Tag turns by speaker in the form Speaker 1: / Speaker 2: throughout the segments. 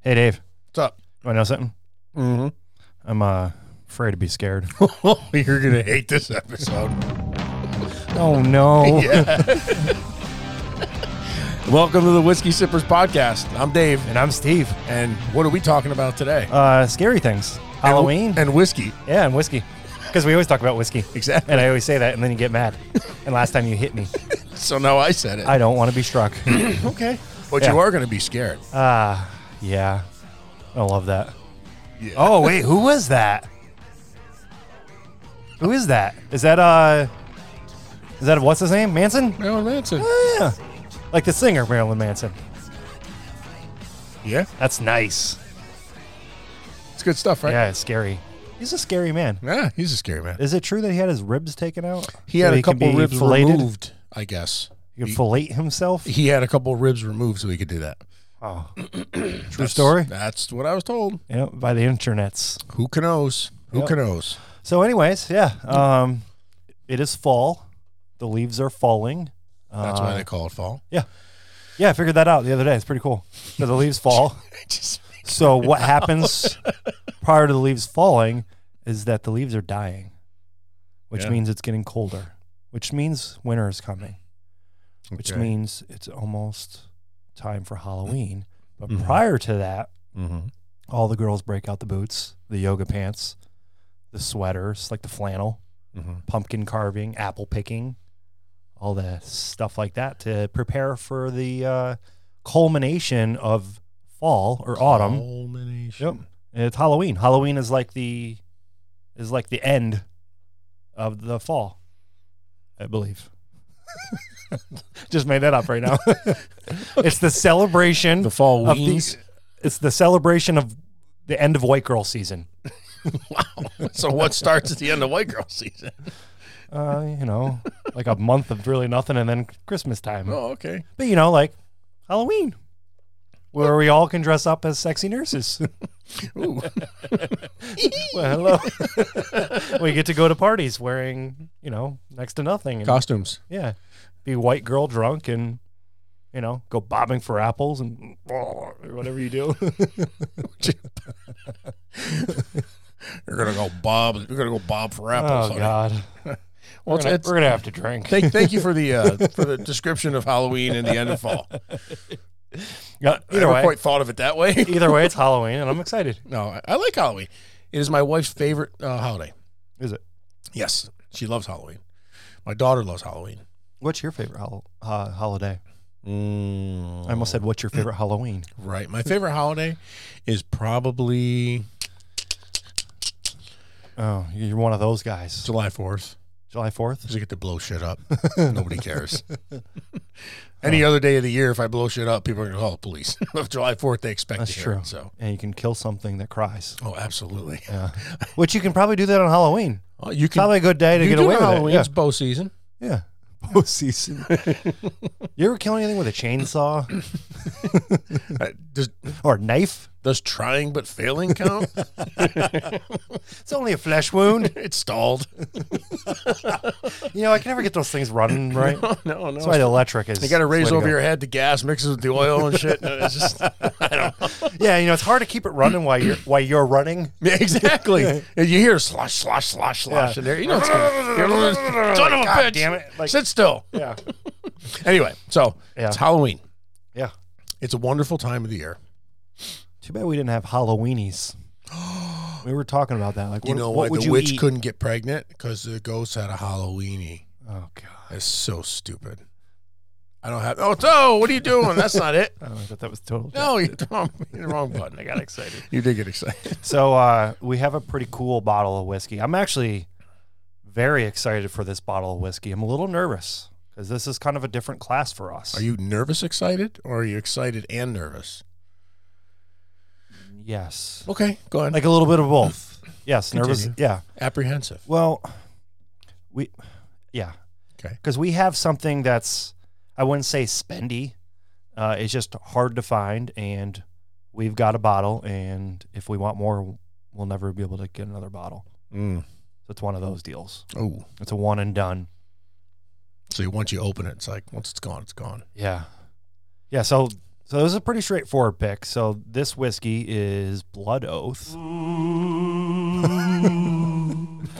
Speaker 1: Hey, Dave.
Speaker 2: What's up?
Speaker 1: You want to know something?
Speaker 2: Mm-hmm.
Speaker 1: I'm uh, afraid to be scared.
Speaker 2: You're gonna hate this episode.
Speaker 1: oh, no.
Speaker 2: Welcome to the Whiskey Sippers Podcast. I'm Dave,
Speaker 1: And I'm Steve.
Speaker 2: and what are we talking about today?
Speaker 1: Uh, scary things. Halloween.
Speaker 2: and, and whiskey.
Speaker 1: yeah, and whiskey. Because we always talk about whiskey.
Speaker 2: Exactly.
Speaker 1: And I always say that, and then you get mad. And last time you hit me,
Speaker 2: So now I said it.
Speaker 1: I don't want to be struck.
Speaker 2: okay, but
Speaker 1: Yeah.
Speaker 2: you are gonna be scared.
Speaker 1: Ah, yeah. I love that.
Speaker 2: Yeah.
Speaker 1: Oh, wait. Who was that? Who is that? Is that, uh, is that what's his name? Manson?
Speaker 2: Marilyn Manson.
Speaker 1: Oh, yeah. Like the singer, Marilyn Manson.
Speaker 2: Yeah,
Speaker 1: That's nice.
Speaker 2: it's good stuff, right?
Speaker 1: Yeah, it's scary. He's a scary man.
Speaker 2: Yeah, he's a scary man.
Speaker 1: Is it true that he had his ribs taken out?
Speaker 2: He
Speaker 1: So
Speaker 2: had a
Speaker 1: could
Speaker 2: couple
Speaker 1: be
Speaker 2: ribs
Speaker 1: filleted?
Speaker 2: removed, I guess.
Speaker 1: He could
Speaker 2: He-
Speaker 1: fillet himself.
Speaker 2: He had a couple ribs removed, so he could do that.
Speaker 1: Oh, true story.
Speaker 2: That's what I was told.
Speaker 1: Yeah, by the internets.
Speaker 2: Who can knows? Who
Speaker 1: Yep.
Speaker 2: can knows?
Speaker 1: So, anyways, yeah, um, it is fall. The leaves are falling.
Speaker 2: That's
Speaker 1: Uh,
Speaker 2: why they call it fall.
Speaker 1: yeah, I figured that out the other day. It's pretty cool. So the leaves fall.
Speaker 2: Just-
Speaker 1: So what happens prior to the leaves falling is that the leaves are dying, which
Speaker 2: Yeah.
Speaker 1: means it's getting colder, which means winter is coming, which
Speaker 2: Okay.
Speaker 1: means it's almost time for Halloween. But
Speaker 2: Mhm.
Speaker 1: prior to that,
Speaker 2: Mhm.
Speaker 1: all the girls break out the boots, the yoga pants, the sweaters, like the flannel,
Speaker 2: Mhm.
Speaker 1: pumpkin carving, apple picking, all the stuff like that to prepare for the uh, culmination of fall or autumn.
Speaker 2: Culmination.
Speaker 1: Yep. And it's Halloween. Halloween is like the is like the end of the fall, I believe. Just made that up right now. It's the celebration.
Speaker 2: The fall
Speaker 1: of the-
Speaker 2: weens.
Speaker 1: it's the celebration of the end of white girl season.
Speaker 2: so what starts at the end of white girl season?
Speaker 1: Uh, you know, like a month of really nothing, and then Christmas time.
Speaker 2: Oh, okay.
Speaker 1: But you know, like Halloween, where we all can dress up as sexy nurses.
Speaker 2: Ooh.
Speaker 1: well, hello. we get to go to parties wearing, you know, next to nothing. and-
Speaker 2: Costumes.
Speaker 1: Yeah. Be white girl drunk and, you know, go bobbing for apples and or whatever you do.
Speaker 2: You're gonna go bob. You're gonna go bob for
Speaker 1: oh,
Speaker 2: apples. honey.
Speaker 1: God.
Speaker 2: Well,
Speaker 1: we're
Speaker 2: it's,
Speaker 1: gonna,
Speaker 2: it's-
Speaker 1: we're gonna have to drink.
Speaker 2: thank, thank you for the uh, for the description of Halloween and the end of fall.
Speaker 1: Yeah,
Speaker 2: I
Speaker 1: either
Speaker 2: never
Speaker 1: way,
Speaker 2: quite thought of it that way.
Speaker 1: either way, it's Halloween and I'm excited.
Speaker 2: No, I, I like Halloween. It is my wife's favorite uh, holiday.
Speaker 1: Is it?
Speaker 2: Yes, she loves Halloween. My daughter loves Halloween.
Speaker 1: What's your favorite hol- uh, holiday? I almost said, what's your favorite Halloween?
Speaker 2: Right. My favorite holiday is probably
Speaker 1: Oh, you're one of those guys.
Speaker 2: July Fourth.
Speaker 1: July 4th?
Speaker 2: Because I get to blow shit up. Nobody cares. Any other day of the year, if I blow shit up, people are going to call the police. Of July 4th, they expect
Speaker 1: That's
Speaker 2: to hear
Speaker 1: true.
Speaker 2: it. So,
Speaker 1: And you can kill something that cries.
Speaker 2: oh, absolutely.
Speaker 1: Yeah. Which you can probably do that on Halloween.
Speaker 2: Oh, you can
Speaker 1: Probably a good day to
Speaker 2: you
Speaker 1: get
Speaker 2: do
Speaker 1: away with
Speaker 2: Halloween.
Speaker 1: it. Yeah.
Speaker 2: It's bow season.
Speaker 1: Yeah. Postseason. you ever kill anything with a chainsaw
Speaker 2: Uh, does,
Speaker 1: or a knife?
Speaker 2: does trying but failing count?
Speaker 1: It's only a flesh wound.
Speaker 2: it's stalled.
Speaker 1: You know, I can never get those things running right. That's
Speaker 2: No, no.
Speaker 1: why the electric is.
Speaker 2: you got to raise
Speaker 1: way
Speaker 2: over
Speaker 1: go.
Speaker 2: your head the gas mixes with the oil and shit. No, it's just,
Speaker 1: Yeah, you know, it's hard to keep it running while you're while you're running.
Speaker 2: yeah, exactly. And you hear slosh, slosh, slosh, slosh in there. You know it's gonna, son of a
Speaker 1: God
Speaker 2: bitch.
Speaker 1: damn it. Like-
Speaker 2: Sit still.
Speaker 1: Yeah.
Speaker 2: Anyway, so
Speaker 1: Yeah.
Speaker 2: it's Halloween.
Speaker 1: Yeah.
Speaker 2: It's a wonderful time of the year.
Speaker 1: Too bad we didn't have Halloweenies. We were talking about that. Like,
Speaker 2: You
Speaker 1: what,
Speaker 2: know
Speaker 1: what
Speaker 2: why
Speaker 1: would
Speaker 2: the
Speaker 1: you
Speaker 2: witch
Speaker 1: eat?
Speaker 2: couldn't get pregnant? Because the ghost had a Halloweeny.
Speaker 1: Oh god,
Speaker 2: That's so stupid. I don't have. Oh no! What are you doing? That's not it.
Speaker 1: I thought that was total.
Speaker 2: No, you hit the wrong, you hit the wrong button. I got
Speaker 1: excited.
Speaker 2: You did get excited.
Speaker 1: So uh, we have a pretty cool bottle of whiskey. I'm actually very excited for this bottle of whiskey. I'm a little nervous because this is kind of a different class for us.
Speaker 2: Are you nervous, excited, or are you excited and nervous?
Speaker 1: Yes.
Speaker 2: Okay, go ahead.
Speaker 1: Like a little bit of both. Yes, nervous.
Speaker 2: Continue.
Speaker 1: Yeah.
Speaker 2: apprehensive.
Speaker 1: Well, we, yeah.
Speaker 2: Okay.
Speaker 1: Because we have something that's, I wouldn't say spendy. Uh, it's just hard to find, and we've got a bottle, and if we want more, we'll never be able to get another bottle.
Speaker 2: Mm.
Speaker 1: So it's one of those deals.
Speaker 2: Oh,
Speaker 1: It's a one and done.
Speaker 2: so you once you open it, it's like once it's gone, it's gone.
Speaker 1: Yeah. Yeah. So So this is a pretty straightforward pick. So this whiskey is Blood Oath.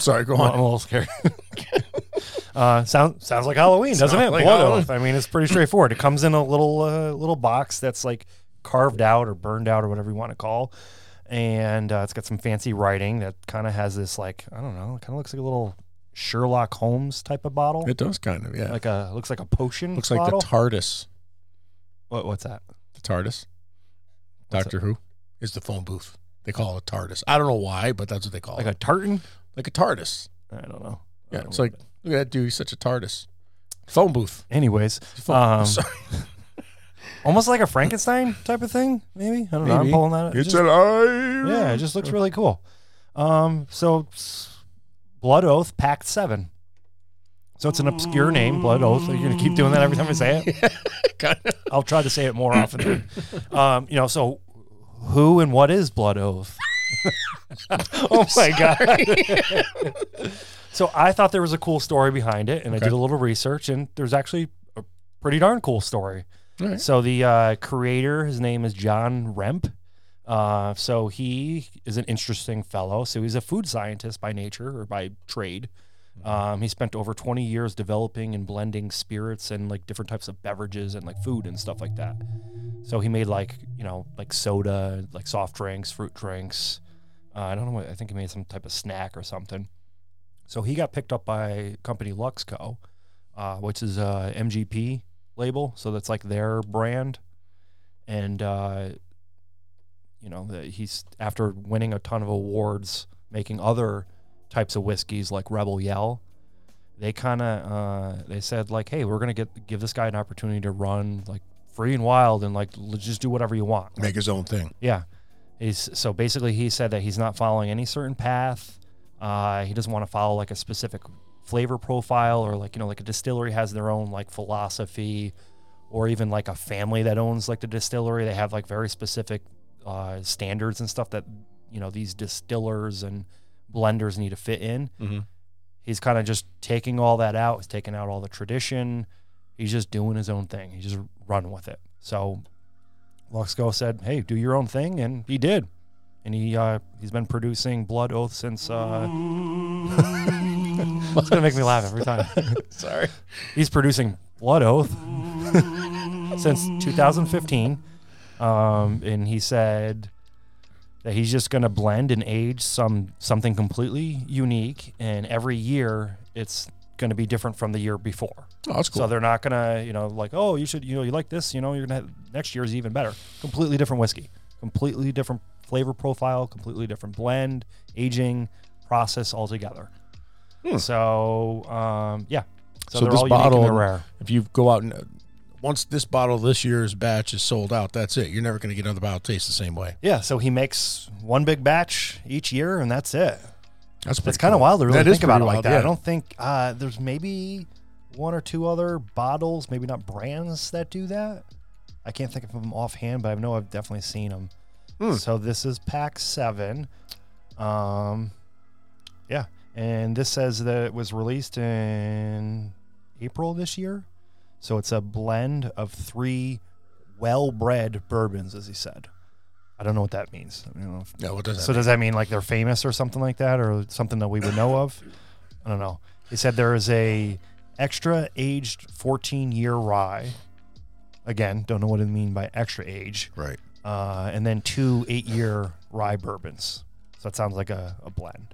Speaker 2: Sorry, go
Speaker 1: Well,
Speaker 2: on.
Speaker 1: I'm a little scared. uh, sound, sounds like Halloween, doesn't
Speaker 2: Sounds
Speaker 1: it?
Speaker 2: like
Speaker 1: Blood
Speaker 2: Halloween.
Speaker 1: Oath. I mean, it's pretty straightforward. It comes in a little uh, little box that's like carved out or burned out or whatever you want to call, and uh, it's got some fancy writing that kind of has this like I don't know, it kind of looks like a little Sherlock Holmes type of bottle,
Speaker 2: It does kind of, yeah.
Speaker 1: like a looks like a potion.
Speaker 2: Looks like
Speaker 1: bottle.
Speaker 2: the TARDIS.
Speaker 1: what, what's that?
Speaker 2: The TARDIS.
Speaker 1: What's
Speaker 2: Doctor Who is the phone booth. They call it a TARDIS. I don't know why, but that's what they call
Speaker 1: Like
Speaker 2: it.
Speaker 1: a tartan?
Speaker 2: like a TARDIS.
Speaker 1: I don't know. I
Speaker 2: Yeah,
Speaker 1: don't
Speaker 2: it's
Speaker 1: know.
Speaker 2: like look at that dude. He's such a TARDIS. Phone booth.
Speaker 1: anyways,
Speaker 2: Phone
Speaker 1: Um,
Speaker 2: Sorry.
Speaker 1: almost like a Frankenstein type of thing. Maybe I don't know. I'm
Speaker 2: Maybe.
Speaker 1: pulling that. just-
Speaker 2: alive.
Speaker 1: Yeah, it just looks really cool. Um, so s- Blood Oath Pact Seven. So it's an obscure name, Blood Oath. Are you gonna keep doing that every time I say it?
Speaker 2: kind of.
Speaker 1: I'll try to say it more often. um, you know, so who and what is Blood Oath? oh my god. so I thought there was a cool story behind it, and I
Speaker 2: Okay.
Speaker 1: did a little research, and there's actually a pretty darn cool story.
Speaker 2: All right.
Speaker 1: So the uh, creator, his name is John Remp. Uh, so he is an interesting fellow. So he's a food scientist by nature or by trade.
Speaker 2: Mm-hmm.
Speaker 1: Um, he spent over 20 years developing and blending spirits and like different types of beverages and like food and stuff like that. So he made like you know like soda, like soft drinks, fruit drinks. Uh, I don't know what I think he made some type of snack or something. So he got picked up by company Luxco, uh, which is a MGP label. So that's like their brand. And, uh, you know, the, he's after winning a ton of awards, making other types of whiskeys like Rebel Yell. They kind of uh, they said like, hey, we're gonna get give this guy an opportunity to run like free and wild and like l- just do whatever you want.
Speaker 2: Make his own thing.
Speaker 1: Yeah. He's, so basically, he said that he's not following any certain path. Uh, he doesn't want to follow like a specific flavor profile or like, you know, like a distillery has their own like philosophy or even like a family that owns like the distillery. They have like very specific uh, standards and stuff that, you know, these distillers and blenders need to fit in
Speaker 2: Mm-hmm.
Speaker 1: he's kind of just taking all that out. He's taking out all the tradition. He's just doing his own thing. He's just running with it. So Luxco said, "Hey, do your own thing," and he did. And he uh, he's been producing Blood Oath since. Uh, it's gonna make me laugh every time.
Speaker 2: Sorry.
Speaker 1: he's producing Blood Oath since 2015, um, and he said that he's just going to blend and age some something completely unique, and every year it's going to be different from the year before.
Speaker 2: Oh, that's
Speaker 1: So
Speaker 2: cool.
Speaker 1: they're not gonna, you know, like, oh, you should, you know, you like this, you know, you're gonna have, next year's even better. Completely different whiskey, completely different flavor profile, completely different blend, aging, process altogether.
Speaker 2: Hmm.
Speaker 1: So, um, yeah.
Speaker 2: So
Speaker 1: they're
Speaker 2: this
Speaker 1: all unique and
Speaker 2: bottle-
Speaker 1: they're rare.
Speaker 2: if you go out and uh, once this bottle, this year's batch is sold out, that's it. You're never going to get another bottle that tastes the same way.
Speaker 1: Yeah. So he makes one big batch each year, and that's it.
Speaker 2: That's
Speaker 1: It's kind of wild to really
Speaker 2: That is
Speaker 1: think about
Speaker 2: pretty
Speaker 1: it like
Speaker 2: wild,
Speaker 1: that.
Speaker 2: yeah.
Speaker 1: I don't think uh, there's maybe one or two other bottles, maybe not brands that do that. I can't think of them offhand, but I know I've definitely seen them.
Speaker 2: Hmm.
Speaker 1: So this is pack seven. Um, yeah, and this says that it was released in April this year. So it's a blend of three well-bred bourbons, as he said. I don't know what that means. I don't know if
Speaker 2: No, what does that?
Speaker 1: so does that mean like they're famous or something like that, or something that we would know of? I don't know. He said there is a extra aged 14 year rye. Again, don't know what it mean by extra age.
Speaker 2: mean? Right.
Speaker 1: Uh, and then two eight year rye bourbons. So that sounds like a, a blend.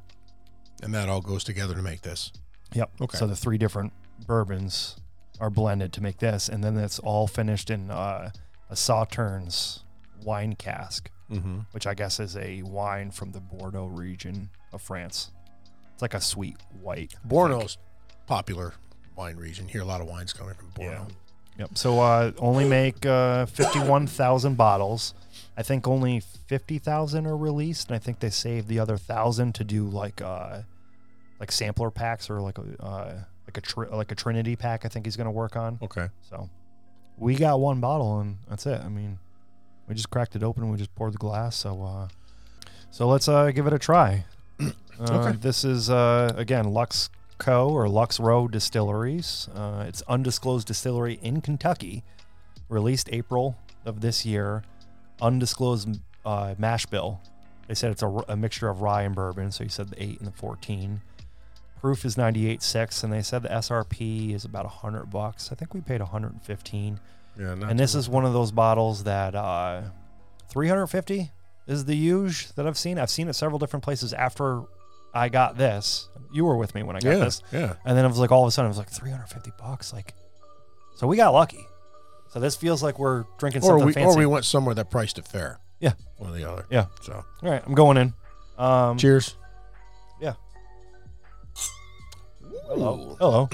Speaker 2: And that all goes together to make this.
Speaker 1: Yep.
Speaker 2: Okay.
Speaker 1: So the three different bourbons are blended to make this, and then it's all finished in uh, a Sauternes wine cask.
Speaker 2: Mm-hmm.
Speaker 1: which I guess is a wine from the Bordeaux region of France. It's like a sweet white. I think.
Speaker 2: Bordeaux's popular wine region. Here, a lot of wines coming from Bordeaux.
Speaker 1: Yep. So uh, only make uh, 51,000 bottles. I think only 50,000 are released, and I think they saved the other thousand to do like uh, like sampler packs or like a uh, like a tri- like a Trinity pack. I think he's gonna work on.
Speaker 2: Okay.
Speaker 1: So we got one bottle and that's it. I mean, we just cracked it open. We just poured the glass. So uh, so let's uh, give it a try. Uh,
Speaker 2: Okay.
Speaker 1: This is uh, again Lux Co. or Lux Row Distilleries. Uh, it's undisclosed distillery in Kentucky. Released April of this year, undisclosed uh, mash bill. They said it's a, r- a mixture of rye and bourbon. So you said the eight and the fourteen. Proof is ninety eight six, and they said the SRP is about hundred bucks. I think we paid one hundred and fifteen.
Speaker 2: Yeah, not
Speaker 1: And this
Speaker 2: too-
Speaker 1: is one of those bottles that uh, 350 is the huge that I've seen. I've seen it several different places after I got this. You were with me when I got
Speaker 2: yeah,
Speaker 1: this.
Speaker 2: yeah.
Speaker 1: And then I was like, all of a sudden, I was like, 350 bucks. Like, so we got lucky. So this feels like we're drinking
Speaker 2: Or
Speaker 1: something
Speaker 2: we
Speaker 1: fancy.
Speaker 2: or we went somewhere that priced it fair.
Speaker 1: Yeah.
Speaker 2: one or the other.
Speaker 1: Yeah.
Speaker 2: So
Speaker 1: all right, I'm going in. Um,
Speaker 2: cheers.
Speaker 1: Yeah.
Speaker 2: Ooh.
Speaker 1: hello.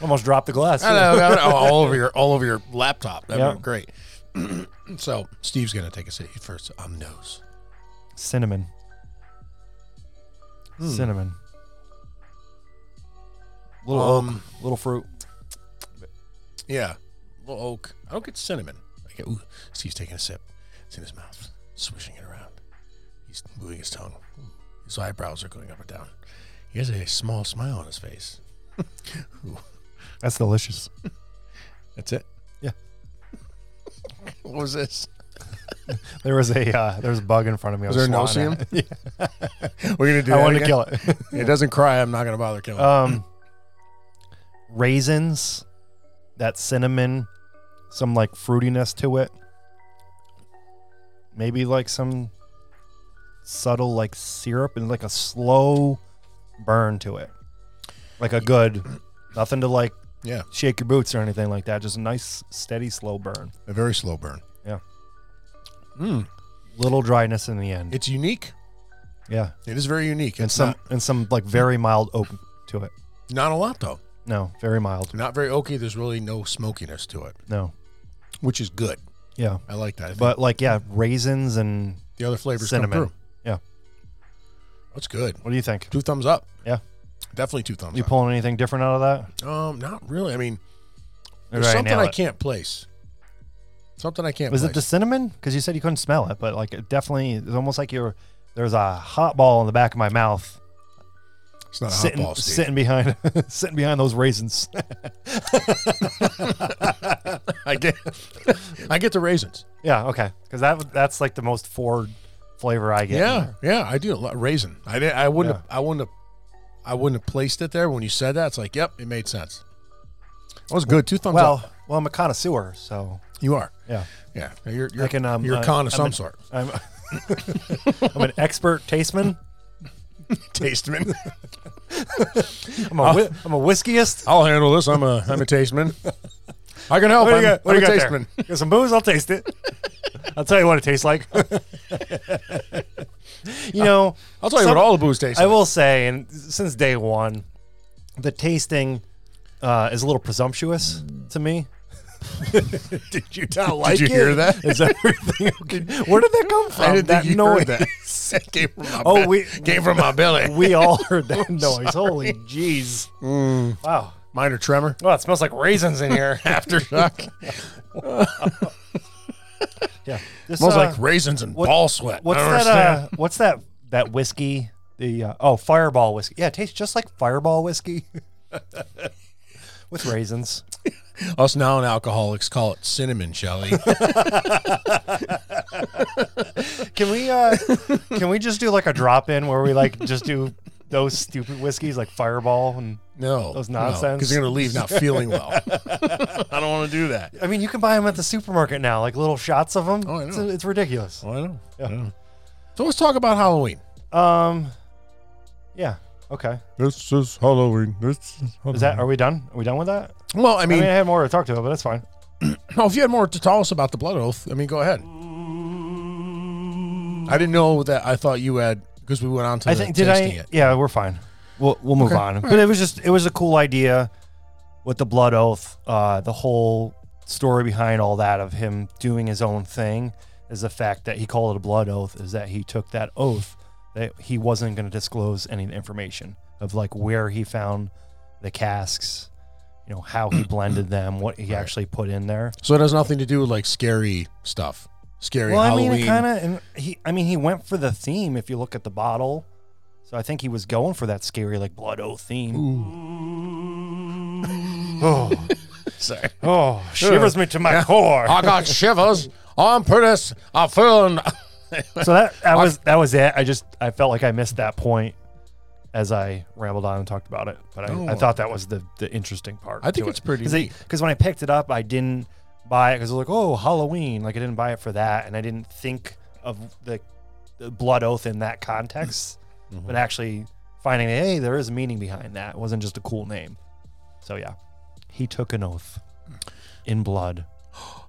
Speaker 1: Almost dropped the glass.
Speaker 2: I know, I know, all over your all over your laptop. That'd
Speaker 1: Yeah.
Speaker 2: be great. so Steve's gonna take a seat first on nose.
Speaker 1: Cinnamon. Cinnamon. Little
Speaker 2: Um,
Speaker 1: oak, little fruit.
Speaker 2: Yeah, little oak. I don't get cinnamon. I get, ooh, Steve's taking a sip. It's in his mouth, swishing it around. He's moving his tongue. His eyebrows are going up and down. He has a small smile on his face.
Speaker 1: That's delicious.
Speaker 2: That's it.
Speaker 1: Yeah.
Speaker 2: What was this?
Speaker 1: There was a uh, there was a bug in front of me. I
Speaker 2: Was there a
Speaker 1: swatting at it.
Speaker 2: We're gonna do.
Speaker 1: I
Speaker 2: that
Speaker 1: wanted to
Speaker 2: again? Uh,
Speaker 1: kill it.
Speaker 2: It doesn't cry. I'm not gonna bother killing. it.
Speaker 1: Um, raisins, that cinnamon, some like fruitiness to it. Maybe like some subtle like syrup and like a slow burn to it, like a good, nothing to like
Speaker 2: Yeah,
Speaker 1: shake your boots or anything like that. Just a nice steady slow burn.
Speaker 2: a very slow burn.
Speaker 1: Yeah.
Speaker 2: Mm,
Speaker 1: Little dryness in the end.
Speaker 2: it's unique.
Speaker 1: yeah,
Speaker 2: It is very unique.
Speaker 1: and
Speaker 2: It's
Speaker 1: some
Speaker 2: not,
Speaker 1: and some like very mild oak to it.
Speaker 2: not a lot though.
Speaker 1: No, very mild.
Speaker 2: Not very oaky. There's really no smokiness to it,
Speaker 1: No.
Speaker 2: which is good.
Speaker 1: Yeah.
Speaker 2: I like that. I think
Speaker 1: But like yeah, raisins and
Speaker 2: the other flavors
Speaker 1: cinnamon.
Speaker 2: come through.
Speaker 1: Yeah.
Speaker 2: That's good.
Speaker 1: What do you think?
Speaker 2: Two thumbs up.
Speaker 1: Yeah.
Speaker 2: Definitely two thumbs
Speaker 1: You
Speaker 2: up.
Speaker 1: pulling anything different out of that?
Speaker 2: um, not really. I mean, there's
Speaker 1: Right,
Speaker 2: something
Speaker 1: nail
Speaker 2: I
Speaker 1: it.
Speaker 2: can't place. Something I can't
Speaker 1: Was
Speaker 2: place.
Speaker 1: it the cinnamon? Because you said you couldn't smell it, but like it definitely, it's almost like you're there's a hot ball in the back of my mouth,
Speaker 2: it's not a hot
Speaker 1: sitting
Speaker 2: ball, Steve.
Speaker 1: sitting behind sitting behind those raisins.
Speaker 2: I get I get the raisins.
Speaker 1: yeah, okay, because that that's like the most Ford flavor I get. in
Speaker 2: Yeah.
Speaker 1: there.
Speaker 2: Yeah, I do. A lot, raisin. I did, I wouldn't
Speaker 1: Yeah.
Speaker 2: have, I wouldn't have I wouldn't have placed it there when you said that. It's like, yep, it made sense. That was good. Two thumbs
Speaker 1: Well,
Speaker 2: up.
Speaker 1: well, I'm a connoisseur, so
Speaker 2: You are.
Speaker 1: yeah,
Speaker 2: Yeah. You're you're,
Speaker 1: I can. Um,
Speaker 2: you're a
Speaker 1: I-
Speaker 2: con of
Speaker 1: I'm
Speaker 2: some
Speaker 1: an-
Speaker 2: sort.
Speaker 1: I'm, I'm an expert tasteman.
Speaker 2: Tasteman.
Speaker 1: I'm a, whi- I'm a whiskeyist.
Speaker 2: I'll handle this. I'm a I'm a tasteman. I can help.
Speaker 1: What do you
Speaker 2: I'm,
Speaker 1: got? What do you
Speaker 2: I'm a
Speaker 1: got there?
Speaker 2: tasteman.
Speaker 1: You got some booze? I'll taste it. I'll tell you what it tastes like. you know,
Speaker 2: I'll tell you
Speaker 1: some-
Speaker 2: what all the booze tastes.
Speaker 1: I
Speaker 2: like.
Speaker 1: will say, and since day one, the tasting uh, is a little presumptuous to me.
Speaker 2: Did you not
Speaker 1: Like
Speaker 2: Did you
Speaker 1: it?
Speaker 2: hear that?
Speaker 1: Is everything okay? Where did that come from?
Speaker 2: I didn't
Speaker 1: that
Speaker 2: think you
Speaker 1: noise.
Speaker 2: heard that. It came from my
Speaker 1: Oh,
Speaker 2: be-
Speaker 1: we-
Speaker 2: came from my belly.
Speaker 1: We all heard that noise. Holy jeez! Wow.
Speaker 2: Minor tremor.
Speaker 1: Well, it smells like raisins in here.
Speaker 2: Aftershock.
Speaker 1: yeah. This,
Speaker 2: Smells
Speaker 1: uh,
Speaker 2: like raisins and ball sweat.
Speaker 1: What's
Speaker 2: I don't
Speaker 1: that?
Speaker 2: understand.
Speaker 1: Uh, what's that? That whiskey? The uh, oh, Fireball whiskey. Yeah, it tastes just like Fireball whiskey with raisins.
Speaker 2: Us non-alcoholics call it cinnamon, Shelley.
Speaker 1: Can we? Uh, can we just do like a drop in where we like just do those stupid whiskeys like Fireball and.
Speaker 2: No,
Speaker 1: Those nonsense.
Speaker 2: Because you're gonna leave not feeling well. I don't want to do that.
Speaker 1: I mean, you can buy them at the supermarket now, like little shots of them.
Speaker 2: Oh, I
Speaker 1: It's,
Speaker 2: know.
Speaker 1: it's ridiculous.
Speaker 2: Oh, I know. I know. So let's talk about Halloween.
Speaker 1: Um, yeah. Okay.
Speaker 2: This is Halloween. This is Halloween.
Speaker 1: Is that? Are we done? Are we done with that?
Speaker 2: well? I
Speaker 1: I
Speaker 2: mean,
Speaker 1: mean, I had more to talk to, but that's fine.
Speaker 2: No, if you had more to tell us about the blood oath, I mean, go ahead. I didn't know that. I thought you had because we went on to.
Speaker 1: I
Speaker 2: the
Speaker 1: think did I?
Speaker 2: tasting It.
Speaker 1: Yeah, we're fine. We'll we'll move on. But it was just it was a cool idea with the blood oath. Uh, the whole story behind all that of him doing his own thing is the fact that he called it a blood oath. Is that he took that oath that he wasn't going to disclose any information of like where he found the casks, you know, how he blended them, what he actually put in there.
Speaker 2: So it has nothing to do with like scary stuff, scary
Speaker 1: Well,
Speaker 2: Halloween.
Speaker 1: I mean, it kind of, and he, I mean, he went for the theme. If you look at the bottle, so I think he was going for that scary, like blood oath theme. Oh,
Speaker 2: Sorry.
Speaker 1: oh, shivers me to my core.
Speaker 2: I got shivers. I'm pretty. I feel.
Speaker 1: So that that was that was it. I just I felt like I missed that point as I rambled on and talked about it. But I,
Speaker 2: No,
Speaker 1: I thought that was the the interesting part.
Speaker 2: I think it's pretty neat.
Speaker 1: because when I picked it up, I didn't buy it because I was like, oh, Halloween. Like I didn't buy it for that, and I didn't think of the, the blood oath in that context.
Speaker 2: Mm-hmm.
Speaker 1: But actually finding, hey, there is meaning behind that. It wasn't just a cool name. So yeah, he took an oath in blood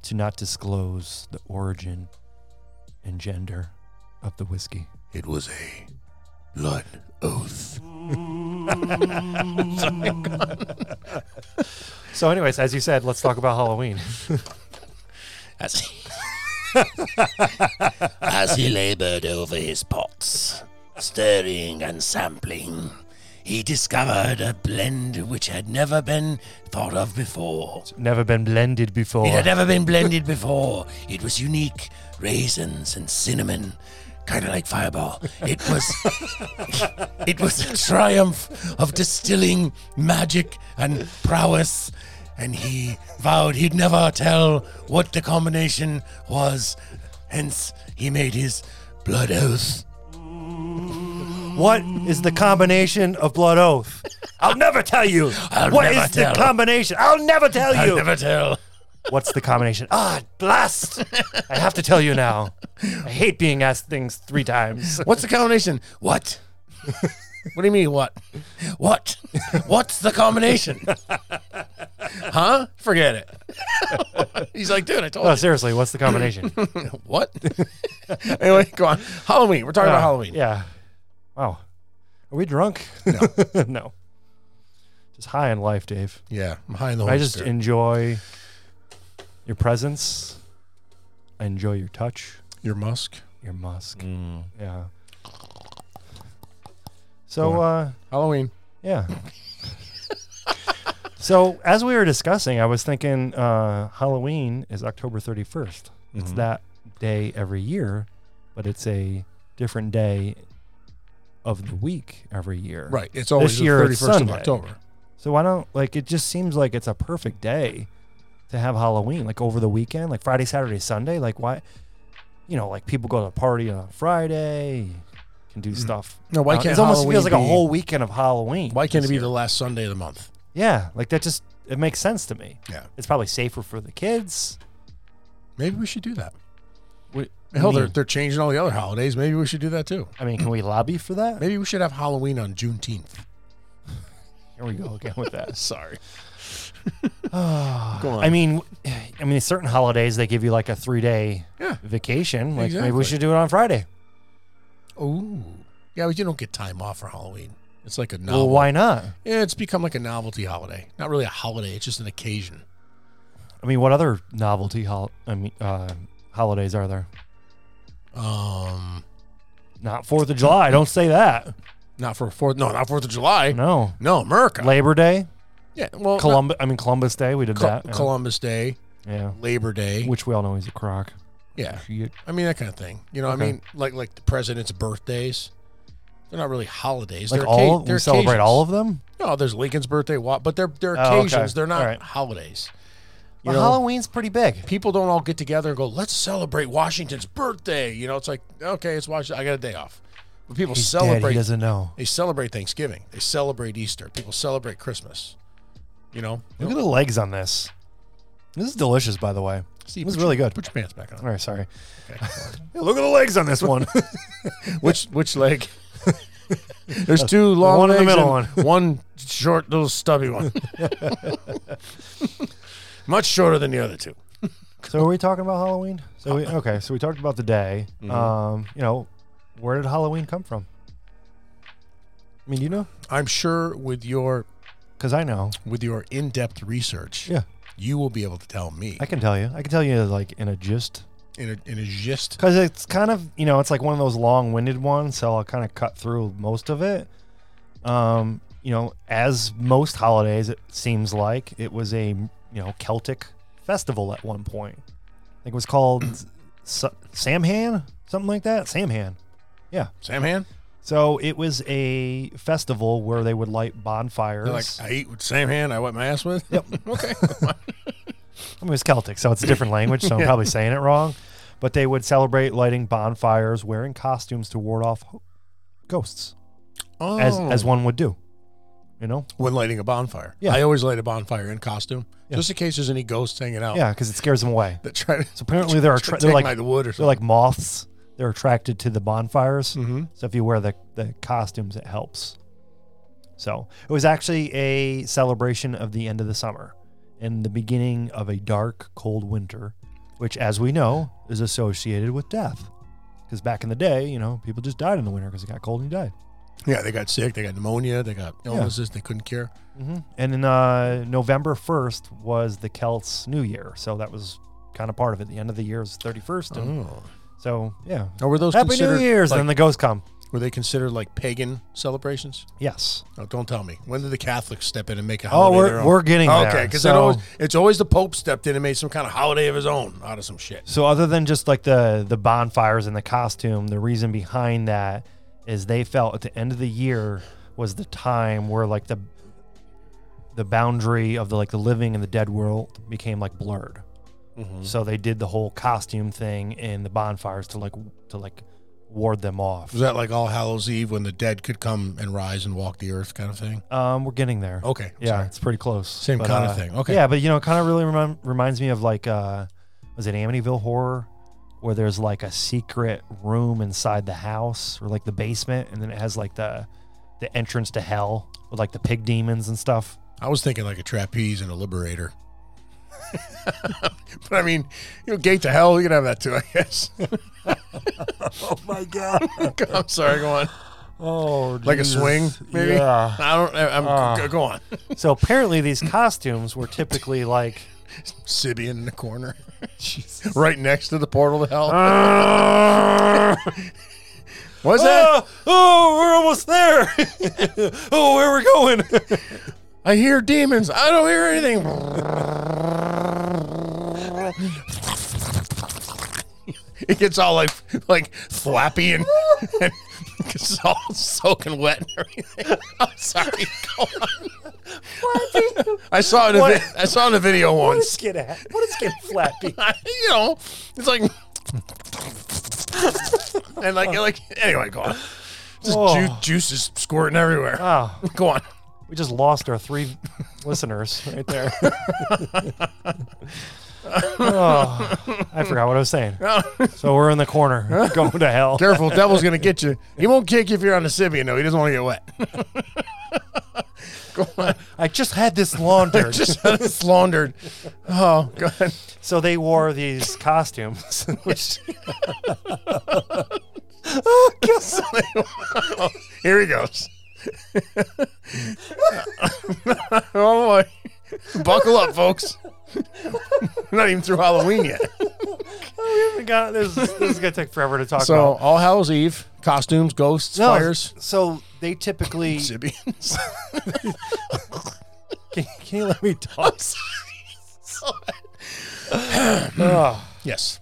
Speaker 1: to not disclose the origin and gender of the whiskey.
Speaker 2: It was a blood oath.
Speaker 1: So, anyways, as you said, let's talk about Halloween.
Speaker 2: As he, as he labored over his pots, stirring and sampling, he discovered a blend which had never been thought of before.
Speaker 1: Never been blended before.
Speaker 2: It had never been blended before. It was unique. Raisins and cinnamon. Kind of like fireball. It was it was a triumph of distilling magic and prowess. And he vowed he'd never tell what the combination was. Hence he made his blood oath.
Speaker 1: What is the combination of blood oath? I'll never tell you. What
Speaker 2: I'll
Speaker 1: is
Speaker 2: never tell.
Speaker 1: the combination? I'll never tell
Speaker 2: I'll
Speaker 1: you.
Speaker 2: never tell.
Speaker 1: What's the combination? Ah, blast! I have to tell you now. I hate being asked things three times.
Speaker 2: What's the combination? What? what do you mean what? What? What's the combination? huh? Forget it. He's like, dude, I told
Speaker 1: No, seriously, what's the combination?
Speaker 2: you. What? anyway, go on. Halloween. We're talking
Speaker 1: Uh,
Speaker 2: about Halloween.
Speaker 1: Yeah. Wow. Are we drunk? No. no. Just high in life, Dave.
Speaker 2: Yeah. I'm high in the
Speaker 1: I just enjoy your presence. I enjoy your touch,
Speaker 2: your musk.
Speaker 1: your musk. Yeah. So, uh,
Speaker 2: Halloween.
Speaker 1: yeah. so, as we were discussing, I was thinking uh, Halloween is October 31st. It's that day every year, but it's a different day of the week every year.
Speaker 2: Right. It's always
Speaker 1: This
Speaker 2: the
Speaker 1: year it's
Speaker 2: 31st of
Speaker 1: Sunday.
Speaker 2: October.
Speaker 1: So why don't like it just seems like it's a perfect day to have Halloween, like over the weekend, like Friday, Saturday, Sunday. Like why you know, like people go to a party on a Friday, can do stuff.
Speaker 2: Mm. No, why
Speaker 1: Uh,
Speaker 2: can't
Speaker 1: it almost
Speaker 2: Halloween
Speaker 1: feels like a
Speaker 2: be-
Speaker 1: whole weekend of Halloween?
Speaker 2: Why can't it
Speaker 1: this
Speaker 2: be
Speaker 1: year.
Speaker 2: the last Sunday of the month?
Speaker 1: Yeah, like that just it makes sense to me.
Speaker 2: Yeah.
Speaker 1: It's probably safer for the kids.
Speaker 2: Maybe we should do that.
Speaker 1: What,
Speaker 2: Hell,
Speaker 1: I
Speaker 2: they're,
Speaker 1: mean,
Speaker 2: they're changing all the other holidays. Maybe we should do that too.
Speaker 1: I mean, can we lobby for that?
Speaker 2: Maybe we should have Halloween on Juneteenth.
Speaker 1: Here we go again with that.
Speaker 2: Sorry.
Speaker 1: I mean, I mean, certain holidays they give you like a three day
Speaker 2: Yeah.
Speaker 1: vacation. Like maybe we
Speaker 2: Exactly.
Speaker 1: should do it on Friday.
Speaker 2: Oh, yeah, but you don't get time off for Halloween. It's like a novel.
Speaker 1: Well, why not?
Speaker 2: Yeah, it's become like a novelty holiday. Not really a holiday. It's just an occasion.
Speaker 1: I mean, what other novelty hol- I mean, uh, holidays are there?
Speaker 2: Um,
Speaker 1: Not Fourth of July. Don't say that.
Speaker 2: not for Fourth. No, not Fourth of July. No,
Speaker 1: No.
Speaker 2: America.
Speaker 1: Labor Day,
Speaker 2: yeah, well, not-
Speaker 1: Columbus. I mean, Columbus Day. We did
Speaker 2: Col-
Speaker 1: that. Yeah.
Speaker 2: Columbus Day,
Speaker 1: yeah.
Speaker 2: Labor Day.
Speaker 1: Which we all know he's a crock.
Speaker 2: yeah,
Speaker 1: Shit.
Speaker 2: I mean that kind of thing. You know,
Speaker 1: Okay.
Speaker 2: I mean, like like the president's birthdays. They're not really holidays.
Speaker 1: Like
Speaker 2: they're
Speaker 1: all,
Speaker 2: occa- they're
Speaker 1: we celebrate
Speaker 2: occasions.
Speaker 1: all of them.
Speaker 2: No, Oh, there's Lincoln's birthday, wa- but they're they're
Speaker 1: Oh, okay.
Speaker 2: occasions. They're not
Speaker 1: All right.
Speaker 2: holidays. You
Speaker 1: But
Speaker 2: know?
Speaker 1: Halloween's pretty big.
Speaker 2: people don't all get together and go, let's celebrate Washington's birthday. You know, it's like, okay, it's Washington. I got a day off. But people
Speaker 1: He's dead.
Speaker 2: celebrate.
Speaker 1: He doesn't know.
Speaker 2: they celebrate Thanksgiving. They celebrate Easter. People celebrate Christmas. You know,
Speaker 1: Look at the legs on this. This is delicious, by the way.
Speaker 2: Steve,
Speaker 1: It was
Speaker 2: put
Speaker 1: really
Speaker 2: your-
Speaker 1: good.
Speaker 2: Put your pants back on.
Speaker 1: All right, sorry. Yeah, look at the legs on this one.
Speaker 2: Which which leg? There's two long
Speaker 1: one in the
Speaker 2: legs
Speaker 1: middle
Speaker 2: and one short little stubby one. Much shorter than the other two.
Speaker 1: so, are we talking about Halloween? So, we, okay. So we talked about the day. Um, you know, where did Halloween come from? I mean, you know,
Speaker 2: I'm sure with your
Speaker 1: because I know.
Speaker 2: with your in-depth research,
Speaker 1: Yeah,
Speaker 2: you will be able to tell me
Speaker 1: I can tell you. I can tell you like in a gist
Speaker 2: in a, in a gist.
Speaker 1: because it's kind of you know it's like one of those long-winded ones, so I'll kind of cut through most of it. Um, you know, as most holidays, it seems like it was a you know Celtic festival at one point. I think it was called S- Samhan, something like that. Samhan.
Speaker 2: Samhan?
Speaker 1: So it was a festival where they would light bonfires.
Speaker 2: They're like, I eat with the same hand I wipe my ass with. Yep. okay.
Speaker 1: I mean, it's Celtic, so it's a different language, so I'm probably saying it wrong. but they would celebrate lighting bonfires, wearing costumes to ward off ho- ghosts,
Speaker 2: Oh,
Speaker 1: as as one would do. You know,
Speaker 2: when lighting a bonfire.
Speaker 1: Yeah.
Speaker 2: I always light a bonfire in costume,
Speaker 1: Yeah.
Speaker 2: just in case there's any ghosts hanging out
Speaker 1: yeah, because it scares them away.
Speaker 2: that try to
Speaker 1: So apparently they're attra-
Speaker 2: take
Speaker 1: they're
Speaker 2: my
Speaker 1: like
Speaker 2: wood or
Speaker 1: they're
Speaker 2: something.
Speaker 1: like moths. They're attracted to the bonfires.
Speaker 2: mm-hmm.
Speaker 1: So if you wear the, the costumes, it helps. So it was actually a celebration of the end of the summer and the beginning of a dark, cold winter, which, as we know, is associated with death. Because back in the day, you know, people just died in the winter because it got cold and you died.
Speaker 2: Yeah, they got sick. They got pneumonia. They got illnesses they couldn't cure.
Speaker 1: Mm-hmm. And then uh, November 1st was the Celts' New Year. So that was kind of part of it. The end of the year is 31st. And
Speaker 2: Oh,
Speaker 1: So, yeah.
Speaker 2: now, were those
Speaker 1: Happy New
Speaker 2: considered?
Speaker 1: Year's.
Speaker 2: like-
Speaker 1: and then the ghosts come.
Speaker 2: Were they considered like pagan celebrations?
Speaker 1: Yes.
Speaker 2: Oh, don't tell me. When did the Catholics step in and make a
Speaker 1: Oh,
Speaker 2: holiday?
Speaker 1: we're, we're getting there.
Speaker 2: okay, because
Speaker 1: So-
Speaker 2: always it's always the Pope stepped in and made some kind of holiday of his own out of some shit.
Speaker 1: So other than just like the the bonfires and the costume, the reason behind that is they felt at the end of the year was the time where like the the boundary of the like the living and the dead world became like blurred. So they did the whole costume thing and the bonfires to like to like ward them off.
Speaker 2: Was that like All Hallows Eve when the dead could come and rise and walk the earth kind of thing?
Speaker 1: Um, we're getting there.
Speaker 2: Okay, I'm
Speaker 1: yeah,
Speaker 2: sorry.
Speaker 1: it's pretty close.
Speaker 2: Same
Speaker 1: But,
Speaker 2: kinda
Speaker 1: uh,
Speaker 2: thing. Okay.
Speaker 1: Yeah, but you know, it kind of really remi- reminds me of like, uh, was it Amityville Horror, where there's like a secret room inside the house or like the basement, and then it has like the the entrance to hell with like the pig demons and stuff.
Speaker 2: I was thinking like a trapeze and a liberator. but I mean, you know, gate to hell, you can have that too, I guess.
Speaker 1: Oh my god!
Speaker 2: I'm sorry, go on.
Speaker 1: Oh,
Speaker 2: Like a swing, maybe?
Speaker 1: Yeah.
Speaker 2: I don't, I- I'm,
Speaker 1: Ah.
Speaker 2: go- go on.
Speaker 1: so apparently, these costumes were typically like.
Speaker 2: Sibian in the corner, right next to the portal to hell.
Speaker 1: Ah.
Speaker 2: Was that?
Speaker 1: Oh, oh, we're almost there. oh, where are we going?
Speaker 2: I hear demons. I don't hear anything. It gets all like like flappy and, and it gets all soaking wet and everything. I'm sorry. Go on. I saw it. In a
Speaker 1: What?
Speaker 2: vi- I saw it in a video
Speaker 1: What
Speaker 2: once.
Speaker 1: is get at? What is get flappy?
Speaker 2: you know, it's like and like like anyway. Go on. Just ju-
Speaker 1: Oh.
Speaker 2: juices squirting everywhere.
Speaker 1: Oh,
Speaker 2: Go on.
Speaker 1: we just lost our three listeners right there. oh, I forgot what I was saying. So we're in the corner, going to hell.
Speaker 2: Careful, devil's gonna get you. He won't kick you if you're on the Sibian, though. He doesn't want to get wet. Go on.
Speaker 1: I just had this laundered.
Speaker 2: Just it's laundered. Oh, go ahead.
Speaker 1: so they wore these costumes.
Speaker 2: Which-
Speaker 1: Yes.
Speaker 2: Here he goes. oh boy. Buckle up, folks. We're not even through Halloween yet.
Speaker 1: We got- this, this is gonna take forever to talk
Speaker 2: So
Speaker 1: about.
Speaker 2: All Hallows Eve, costumes, ghosts,
Speaker 1: No,
Speaker 2: fires,
Speaker 1: So they typically.
Speaker 2: Sibians.
Speaker 1: Can, can you let me talk? Ugh.
Speaker 2: yes.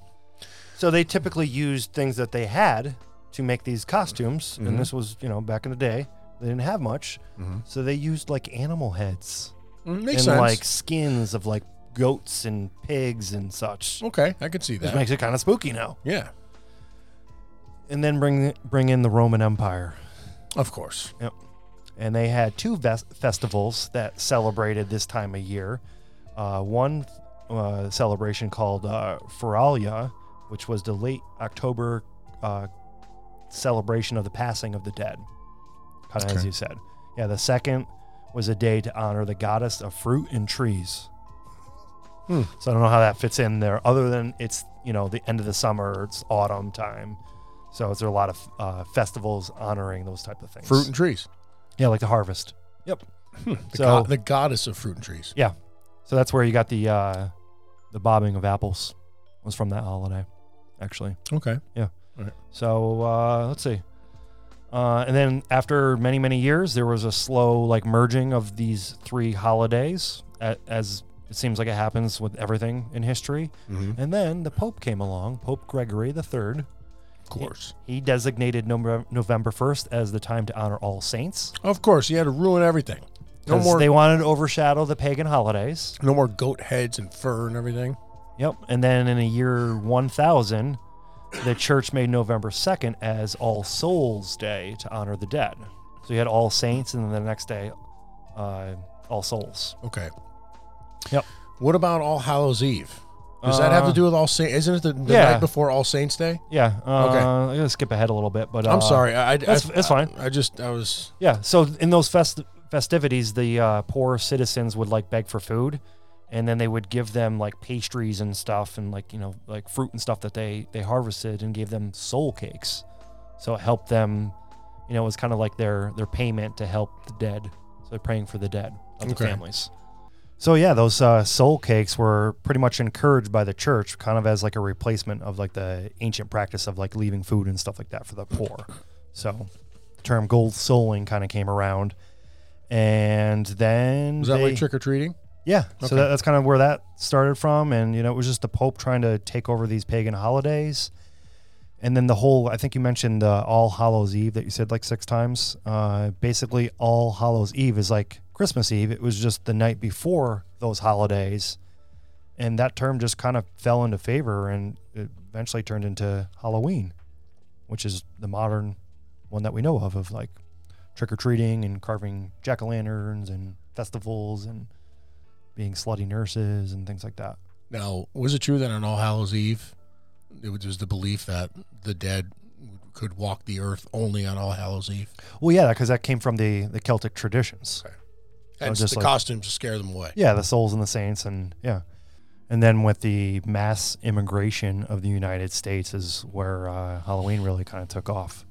Speaker 1: So they typically used things that they had to make these costumes,
Speaker 2: Mm-hmm.
Speaker 1: and this was, you know, back in the day, they didn't have much, so they used like animal heads
Speaker 2: Mm,
Speaker 1: and
Speaker 2: Mm-hmm. Makes sense.
Speaker 1: like skins of like goats and pigs and such.
Speaker 2: okay, I could see
Speaker 1: Which
Speaker 2: that.
Speaker 1: makes it kind of spooky now.
Speaker 2: yeah,
Speaker 1: And then bring bring in the Roman Empire,
Speaker 2: of course.
Speaker 1: and they had two ves- festivals that celebrated this time of year. Uh, one uh, celebration called uh, Feralia, which was the late October uh, celebration of the passing of the dead, kind of as
Speaker 2: Okay.
Speaker 1: you said. Yeah, the second was a day to honor the goddess of fruit and trees.
Speaker 2: Hmm.
Speaker 1: So I don't know how that fits in there, other than it's you know the end of the summer, it's autumn time, so there's a lot of uh, festivals honoring those type of things.
Speaker 2: Fruit and trees.
Speaker 1: yeah, like the harvest. Yep.
Speaker 2: The,
Speaker 1: So-
Speaker 2: go- Hmm. the goddess of fruit and trees.
Speaker 1: Yeah. So that's where you got the uh, the bobbing of apples was from that holiday, actually.
Speaker 2: Okay.
Speaker 1: So uh, let's see. Uh, and then after many many years, there was a slow like merging of these three holidays, a- as it seems like it happens with everything in history.
Speaker 2: Mhm.
Speaker 1: And then the Pope came along, Pope Gregory the Third.
Speaker 2: Of course.
Speaker 1: He designated Nov- November first as the time to honor all saints.
Speaker 2: Of course. You had to ruin everything. No
Speaker 1: 'cause
Speaker 2: more.
Speaker 1: They wanted to overshadow the pagan holidays.
Speaker 2: no more goat heads and fur and everything.
Speaker 1: Yep. And then in the year 1000, the church made November 2nd as All Souls Day to honor the dead. So you had All Saints, and then the next day, uh, All Souls.
Speaker 2: Okay.
Speaker 1: Yep.
Speaker 2: What about All Hallows Eve? Does that have to
Speaker 1: Uh,
Speaker 2: do with All Saints? Isn't it the, the
Speaker 1: yeah.
Speaker 2: night before All Saints Day?
Speaker 1: Yeah. Uh,
Speaker 2: Okay.
Speaker 1: I'm gonna skip ahead a little bit, but uh,
Speaker 2: I'm sorry. I, I,
Speaker 1: that's-
Speaker 2: I-
Speaker 1: that's fine.
Speaker 2: I, just I was
Speaker 1: Yeah. So in those fest- festivities, the uh, poor citizens would like beg for food, and then they would give them like pastries and stuff, and like you know like fruit and stuff that they they harvested, and gave them soul cakes. So it helped them. You know, it was kind of like their their payment to help the dead. So they're praying for the dead of the
Speaker 2: Okay.
Speaker 1: families. So yeah, those uh, soul cakes were pretty much encouraged by the church, kind of as like a replacement of like the ancient practice of like leaving food and stuff like that for the poor. So the term gold souling kind of came around, and then
Speaker 2: was that
Speaker 1: they-
Speaker 2: like trick or treating?
Speaker 1: yeah,
Speaker 2: Okay.
Speaker 1: so that, that's kind of where that started from, and you know it was just the Pope trying to take over these pagan holidays, and then the whole I think you mentioned uh, All Hallows Eve that you said like six times. Uh, basically, All Hallows Eve is like Christmas Eve. It was just the night before those holidays, and that term just kind of fell into favor, and it eventually turned into Halloween, which is the modern one that we know of of like trick or treating and carving jack o' lanterns and festivals and being slutty nurses and things like that.
Speaker 2: Now, was it true that on All Hallows Eve, it was just the belief that the dead could walk the earth only on All Hallows Eve?
Speaker 1: Well, yeah, because that came from the the Celtic traditions.
Speaker 2: And
Speaker 1: just
Speaker 2: the
Speaker 1: like-
Speaker 2: costumes to scare them away.
Speaker 1: Yeah, the souls and the saints, and yeah, and then with the mass immigration of the United States is where uh, Halloween really kind of took off.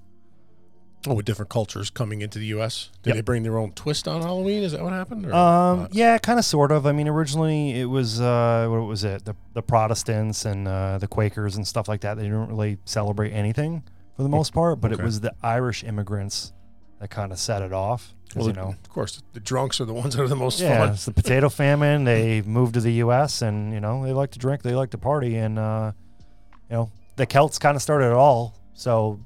Speaker 2: Oh, with different cultures coming into the U.S., did
Speaker 1: Yep.
Speaker 2: they bring their own twist on Halloween? Is that what happened? Or
Speaker 1: Um,
Speaker 2: not?
Speaker 1: yeah, kind of, sort of. I mean, originally it was uh, what was it? The the Protestants and uh, the Quakers and stuff like that. They didn't really celebrate anything for the most part, but
Speaker 2: Okay.
Speaker 1: it was the Irish immigrants that kind of set it off. 'cause,
Speaker 2: Well,
Speaker 1: you know,
Speaker 2: of course, the drunks are the ones that are the most
Speaker 1: Yeah,
Speaker 2: fun.
Speaker 1: it's the potato famine. They moved to the U.S. and you know they like to drink, they like to party, and uh, you know the Celts kind of started it all. So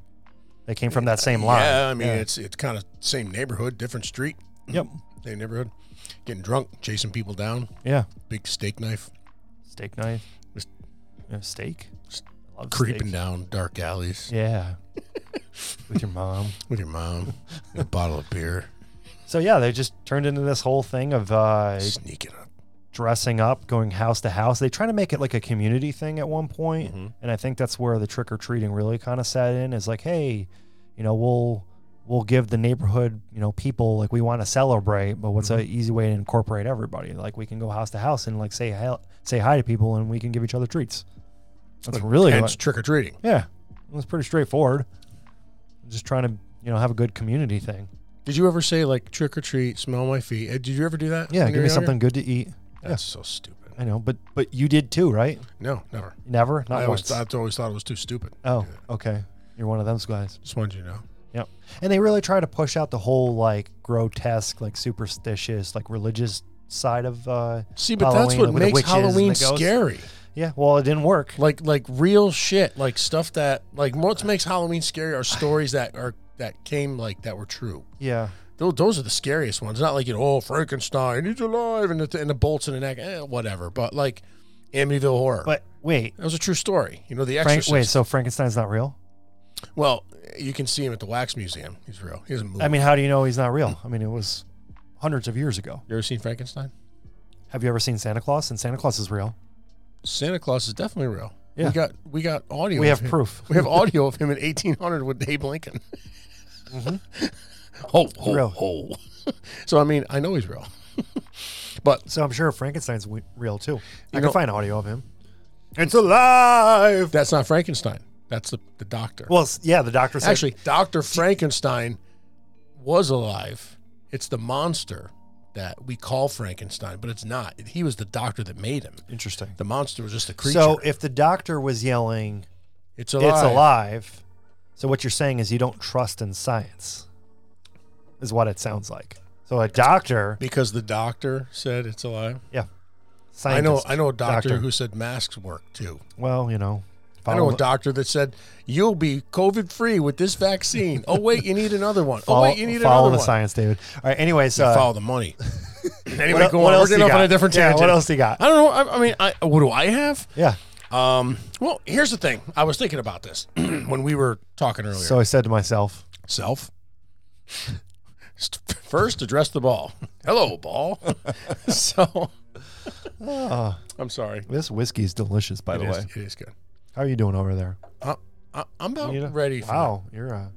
Speaker 1: they came from that same line.
Speaker 2: Yeah, I mean, it's it's kind of same neighborhood, different street,
Speaker 1: yep,
Speaker 2: same neighborhood. Getting drunk, chasing people down,
Speaker 1: yeah.
Speaker 2: big steak knife,
Speaker 1: Steak knife,
Speaker 2: Just-
Speaker 1: Yeah, steak,
Speaker 2: Just
Speaker 1: I love
Speaker 2: creeping
Speaker 1: steak.
Speaker 2: down dark alleys
Speaker 1: Yeah, with your mom.
Speaker 2: with your mom, and a bottle of beer,
Speaker 1: So yeah, they just turned into this whole thing of uh,
Speaker 2: sneaking up.
Speaker 1: dressing up, going house to house. They try to make it like a community thing at one point,
Speaker 2: Mhm.
Speaker 1: and I think that's where the trick or treating really kind of set in. Is like, hey, you know, we'll we'll give the neighborhood, you know, people like we want to celebrate, but what's
Speaker 2: Mm-hmm.
Speaker 1: a easy way to incorporate everybody? Like we can go house to house and like say hi, say hi to people, and we can give each other treats. That's really
Speaker 2: Hence
Speaker 1: what,
Speaker 2: trick or treating.
Speaker 1: yeah, it was pretty straightforward. Just trying to you know have a good community thing.
Speaker 2: Did you ever say like trick or treat, smell my feet? Uh, Did you ever do that?
Speaker 1: Yeah,
Speaker 2: when you
Speaker 1: give
Speaker 2: were
Speaker 1: me
Speaker 2: younger?
Speaker 1: something good to eat.
Speaker 2: That's so stupid.
Speaker 1: I know, but but you did too, right?
Speaker 2: No, never.
Speaker 1: Never, not
Speaker 2: I always,
Speaker 1: once.
Speaker 2: thought- I always thought it was too stupid.
Speaker 1: Oh,
Speaker 2: Yeah.
Speaker 1: okay. You're one of those guys.
Speaker 2: just wanted you to know.
Speaker 1: Yep. And they really try to push out the whole like grotesque, like superstitious, like religious side of uh
Speaker 2: See, but
Speaker 1: Halloween
Speaker 2: that's
Speaker 1: with
Speaker 2: what
Speaker 1: the
Speaker 2: makes
Speaker 1: witches and the
Speaker 2: Halloween
Speaker 1: ghosts.
Speaker 2: scary.
Speaker 1: yeah, well it didn't work.
Speaker 2: Like like real shit. Like stuff that like what makes Halloween scary are stories that are that came like that were true.
Speaker 1: Yeah.
Speaker 2: Those, those are the scariest ones. Not like you know, oh Frankenstein, he's alive, and the, and the bolts in the neck, eh, whatever. But like Amityville horror,
Speaker 1: But wait,
Speaker 2: that was a true story. You know, The
Speaker 1: Frank
Speaker 2: Exorcist.
Speaker 1: wait, so Frankenstein's not real?
Speaker 2: Well, you can see him at the wax museum. He's real. He doesn't move.
Speaker 1: I mean, how do you know he's not real? I mean, it was hundreds of years ago.
Speaker 2: you ever seen Frankenstein?
Speaker 1: Have you ever seen Santa Claus? And Santa Claus is real.
Speaker 2: Santa Claus is definitely real.
Speaker 1: Yeah.
Speaker 2: We got we got audio.
Speaker 1: We
Speaker 2: of
Speaker 1: have
Speaker 2: him.
Speaker 1: proof.
Speaker 2: We have audio of him in 1800 with Abe Lincoln.
Speaker 1: Mm-hmm.
Speaker 2: Ho ho
Speaker 1: Real.
Speaker 2: ho. so I mean, I know he's real. but
Speaker 1: So I'm sure Frankenstein's w- real too. I
Speaker 2: know-
Speaker 1: can find audio of him.
Speaker 2: it's alive. That's not Frankenstein. That's the, the doctor.
Speaker 1: Well, s- yeah, the doctor said
Speaker 2: Actually, Dr. Frankenstein was alive. It's the monster that we call Frankenstein, but it's not. He was the doctor that made him.
Speaker 1: interesting.
Speaker 2: The monster was just a creature.
Speaker 1: So if the doctor was yelling
Speaker 2: it's alive.
Speaker 1: It's alive. So what you're saying is you don't trust in science, is what it sounds like. So a doctor,
Speaker 2: Because the doctor said it's alive.
Speaker 1: yeah,
Speaker 2: I know
Speaker 1: scientist.
Speaker 2: I know a doctor,
Speaker 1: Doctor.
Speaker 2: who said masks work too.
Speaker 1: Well, you know,
Speaker 2: I know
Speaker 1: follow,
Speaker 2: a doctor that said you'll be COVID free with this vaccine. oh wait, you need another one. Oh wait, you need
Speaker 1: follow
Speaker 2: another
Speaker 1: the
Speaker 2: one.
Speaker 1: science, David. All right. Anyways,
Speaker 2: You
Speaker 1: uh,
Speaker 2: follow the money. anyway,
Speaker 1: what,
Speaker 2: go
Speaker 1: what
Speaker 2: on. We're
Speaker 1: else you
Speaker 2: getting off
Speaker 1: got?
Speaker 2: on a different
Speaker 1: yeah,
Speaker 2: tangent.
Speaker 1: What else do you got?
Speaker 2: I don't know. I, I mean, I, what do I have?
Speaker 1: Yeah.
Speaker 2: Um, well, here's the thing. I was thinking about this when we were talking earlier.
Speaker 1: So I said to myself,
Speaker 2: Self. First, address the ball. Hello, ball. so
Speaker 1: oh,
Speaker 2: I'm sorry.
Speaker 1: this whiskey is delicious, by
Speaker 2: It
Speaker 1: the
Speaker 2: is-
Speaker 1: way.
Speaker 2: it is good.
Speaker 1: How are you doing over there?
Speaker 2: I, I'm about
Speaker 1: You know-
Speaker 2: ready. For
Speaker 1: Wow, you're uh,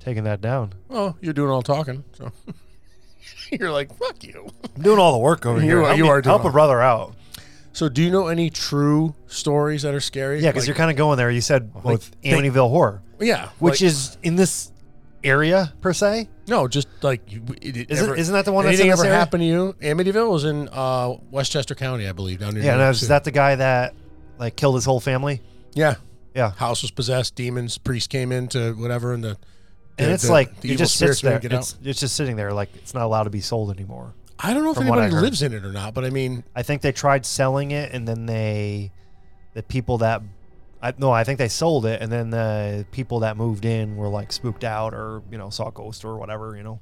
Speaker 1: taking that down.
Speaker 2: Well, you're doing all the talking, so you're like fuck you.
Speaker 1: I'm doing all the work over
Speaker 2: You
Speaker 1: here.
Speaker 2: are-
Speaker 1: Help
Speaker 2: you
Speaker 1: me-
Speaker 2: are doing
Speaker 1: help
Speaker 2: all-
Speaker 1: a brother out.
Speaker 2: So, do you know any true stories that are scary?
Speaker 1: Yeah, because you're kind of going there. You said
Speaker 2: like,
Speaker 1: with Amityville Horror,
Speaker 2: you're yeah,
Speaker 1: which
Speaker 2: like-
Speaker 1: is in this area per se.
Speaker 2: no, just like you, it, it
Speaker 1: Isn't,
Speaker 2: ever,
Speaker 1: isn't that the one that's in
Speaker 2: anything
Speaker 1: this
Speaker 2: ever
Speaker 1: area?
Speaker 2: happened to you? Amityville was in uh, Westchester County, I believe, down near.
Speaker 1: Yeah,
Speaker 2: New
Speaker 1: and
Speaker 2: York
Speaker 1: is
Speaker 2: City.
Speaker 1: that the guy that like killed his whole family?
Speaker 2: yeah,
Speaker 1: Yeah.
Speaker 2: House was possessed, demons, priest came into whatever, and the
Speaker 1: And
Speaker 2: the-
Speaker 1: it's
Speaker 2: the-
Speaker 1: like
Speaker 2: the
Speaker 1: it
Speaker 2: evil
Speaker 1: just sits
Speaker 2: spirits
Speaker 1: there.
Speaker 2: wouldn't get out.
Speaker 1: It's, it's just sitting there, like it's not allowed to be sold anymore.
Speaker 2: I don't know if
Speaker 1: from what
Speaker 2: anybody
Speaker 1: I heard.
Speaker 2: lives in it or not, but I mean,
Speaker 1: I think they tried selling it, and then they, the people that, I no, I think they sold it, and then the people that moved in were like spooked out, or you know, saw a ghost or whatever, you know,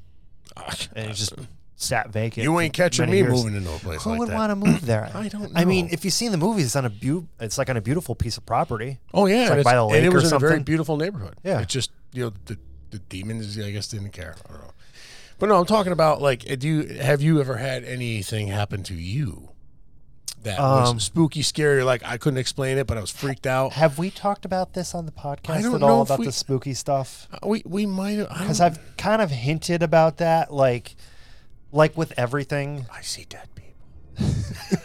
Speaker 1: and it just sat vacant.
Speaker 2: you
Speaker 1: for
Speaker 2: ain't catching
Speaker 1: many
Speaker 2: me
Speaker 1: years.
Speaker 2: moving into a place
Speaker 1: Who
Speaker 2: like
Speaker 1: would
Speaker 2: that.
Speaker 1: want to move there?
Speaker 2: I don't
Speaker 1: I mean,
Speaker 2: know.
Speaker 1: if you've seen the movie, it's on a beau- it's like on a beautiful piece of property.
Speaker 2: Oh yeah,
Speaker 1: like
Speaker 2: and
Speaker 1: by the
Speaker 2: and
Speaker 1: lake
Speaker 2: it
Speaker 1: or
Speaker 2: was in a very
Speaker 1: something.
Speaker 2: beautiful neighborhood.
Speaker 1: Yeah.
Speaker 2: it just you know the the demons I guess didn't care. I don't know. But no, I'm talking about like do you have you ever had anything happen to you that
Speaker 1: Um,
Speaker 2: was spooky, scary? Like I couldn't explain it, but I was freaked out.
Speaker 1: Have we talked about this on the podcast
Speaker 2: don't
Speaker 1: at
Speaker 2: know
Speaker 1: all
Speaker 2: if
Speaker 1: about
Speaker 2: we- Oh.
Speaker 1: the spooky stuff?
Speaker 2: We we might have I
Speaker 1: Because
Speaker 2: don't-
Speaker 1: I've kind of hinted about that, like, like with everything.
Speaker 2: I see dead people.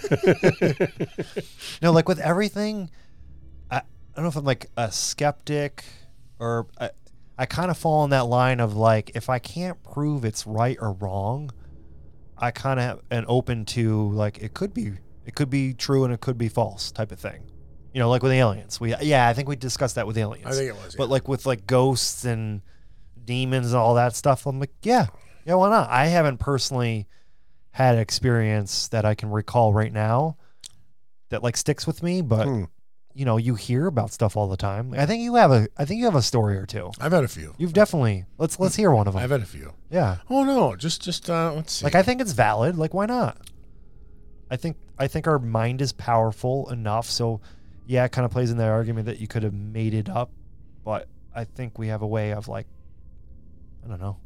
Speaker 1: No, like with everything, I, I don't know if I'm like a skeptic or I, I kind of fall in that line of like, if I can't prove it's right or wrong, I kind of am open to like, it could be, it could be true and it could be false type of thing. You know, like with aliens. We, yeah, I think we discussed that with aliens.
Speaker 2: I think it was.
Speaker 1: But
Speaker 2: But
Speaker 1: like with like ghosts and demons and all that stuff, I'm like, yeah, yeah, why not? I haven't personally had an experience that I can recall right now that like sticks with me, but
Speaker 2: Hmm.
Speaker 1: you know, you hear about stuff all the time. I think you have a, I think you have a story or two.
Speaker 2: I've had a few.
Speaker 1: You've definitely let's let's hear one of them.
Speaker 2: I've had a few.
Speaker 1: yeah,
Speaker 2: Oh no, just just uh, let's see.
Speaker 1: like I think it's valid. Like why not? I think I think our mind is powerful enough. So yeah, it kind of plays in that argument that you could have made it up, but I think we have a way of like, I don't know.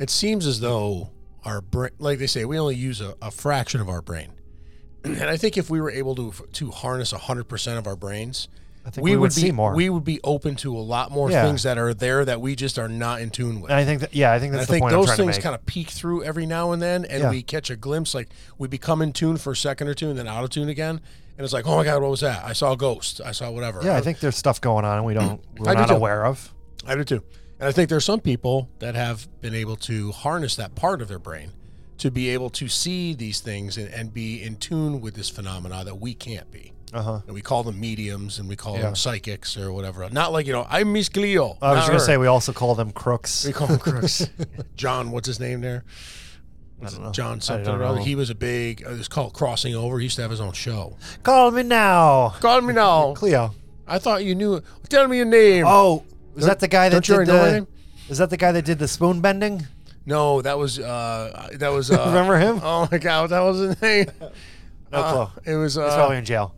Speaker 2: it seems as though our brain, like they say, we only use a, a fraction of our brain. And I think if we were able to to harness 100% of our brains,
Speaker 1: I think we, would,
Speaker 2: be,
Speaker 1: see more.
Speaker 2: We would be open to a lot more
Speaker 1: Yeah.
Speaker 2: things that are there that we just are not in tune with.
Speaker 1: and I think that yeah, I think
Speaker 2: And I
Speaker 1: that's the
Speaker 2: think
Speaker 1: point
Speaker 2: those
Speaker 1: I'm trying
Speaker 2: things
Speaker 1: to make.
Speaker 2: kind of peek through every now and then, and
Speaker 1: Yeah.
Speaker 2: we catch a glimpse. Like we become in tune for a second or two, and then out of tune again. And it's like, oh my god, what was that? I saw a ghost. I saw whatever.
Speaker 1: yeah, I think there's stuff going on and we don't
Speaker 2: I
Speaker 1: we're
Speaker 2: do
Speaker 1: not
Speaker 2: too.
Speaker 1: aware of.
Speaker 2: I do too. And I think there's some people that have been able to harness that part of their brain to be able to see these things and, and be in tune with this phenomena that we can't be.
Speaker 1: Uh huh.
Speaker 2: And we call them mediums and we call
Speaker 1: Yeah.
Speaker 2: them psychics or whatever. Not like, you know, I'm Miss Cleo.
Speaker 1: I was
Speaker 2: not
Speaker 1: gonna
Speaker 2: her.
Speaker 1: say we also call them crooks.
Speaker 2: we call him crooks. John, what's his name there? Was
Speaker 1: I
Speaker 2: it
Speaker 1: don't know.
Speaker 2: John something
Speaker 1: don't
Speaker 2: or other.
Speaker 1: know.
Speaker 2: He was a big, uh, it's called Crossing Over. He used to have his own show.
Speaker 1: Call me now,
Speaker 2: Call me now.
Speaker 1: Cleo.
Speaker 2: I thought you knew. Tell me your name.
Speaker 1: Oh, is that the guy that
Speaker 2: don't you
Speaker 1: did
Speaker 2: already know my
Speaker 1: the?
Speaker 2: name?
Speaker 1: Is that the guy that did the spoon bending?
Speaker 2: No, that was, uh, that was, uh,
Speaker 1: Remember him?
Speaker 2: Oh my God, that was his name.
Speaker 1: No
Speaker 2: Uh,
Speaker 1: clue.
Speaker 2: it was.
Speaker 1: He's
Speaker 2: Uh,
Speaker 1: probably in jail.